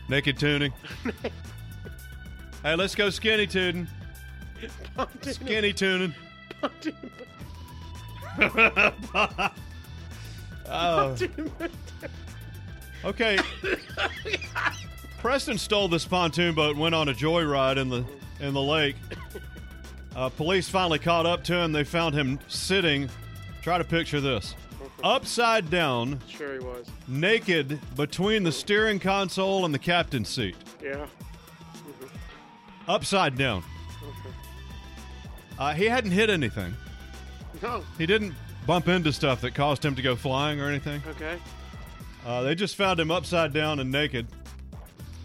Naked tuning. hey, let's go skinny tuning. Skinny tuning. Oh. okay. Preston stole this pontoon boat and went on a joyride in the in the lake. Uh, police finally caught up to him. They found him sitting. Try to picture this: upside down,
Sure, he was.
naked, between the steering console and the captain's seat.
Yeah.
Upside down. Uh, he hadn't hit anything.
No.
He didn't bump into stuff that caused him to go flying or anything.
Okay.
Uh, they just found him upside down and naked.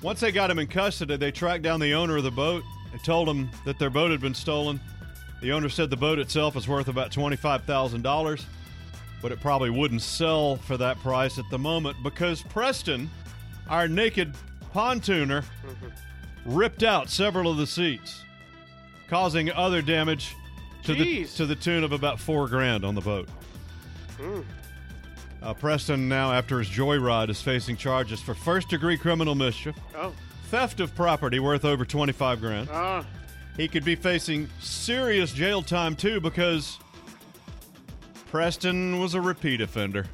Once they got him in custody, they tracked down the owner of the boat and told him that their boat had been stolen. The owner said the boat itself is worth about $25,000, but it probably wouldn't sell for that price at the moment because Preston, our naked pontooner, ripped out several of the seats, causing other damage to the,
Jeez.
to the tune of about four grand on the boat.
Mm.
Uh, Preston now, after his joyride, is facing charges for first-degree criminal mischief,
Oh.
theft of property worth over twenty-five grand.
Ah.
He could be facing serious jail time too because Preston was a repeat offender.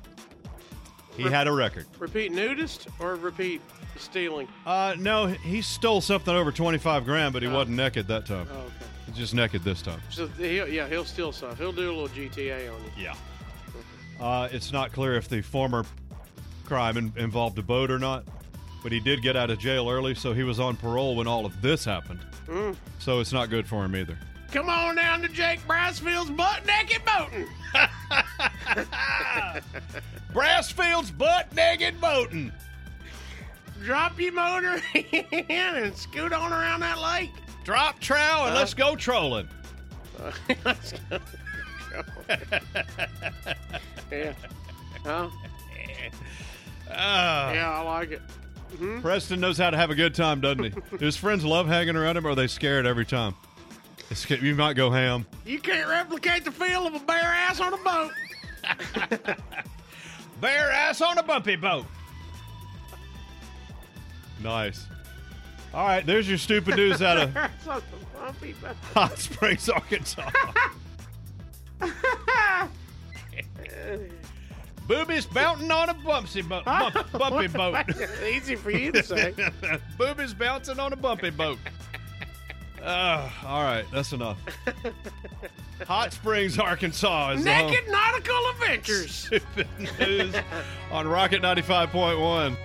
He had a record.
Repeat nudist or repeat stealing?
Uh, no, he stole something over twenty-five grand, but he wasn't naked that time.
Oh, okay.
He's just naked this time.
So he'll, yeah, he'll steal stuff. He'll do a little GTA on you.
Yeah. Uh, it's not clear if the former crime in- involved a boat or not, but he did get out of jail early, so he was on parole when all of this happened.
Mm.
So it's not good for him either.
Come on down to Jake Brasfield's butt naked boating.
Brassfield's butt naked boating.
Drop your motor in and scoot on around that lake.
Drop trowel and let's go trolling.
let's go. yeah. Huh? yeah, I like it. hmm
Uh. Preston knows how to have a good time, doesn't he? Do his friends love hanging around him, or are they scared every time? It's sca- You might go ham.
You can't replicate the feel of a bare ass on a boat.
Bare ass on a bumpy boat. Nice. All right, there's your stupid news out of
That's on the bumpy boat.
Hot Springs, Arkansas. Boobies bouncing on a bumpsy bo- bump, bumpy boat.
Easy for you to say.
Boobies bouncing on a bumpy boat. Uh, all right, that's enough. Hot Springs, Arkansas is the home-
Naked Nautical Adventures.
News on Rocket 95.1.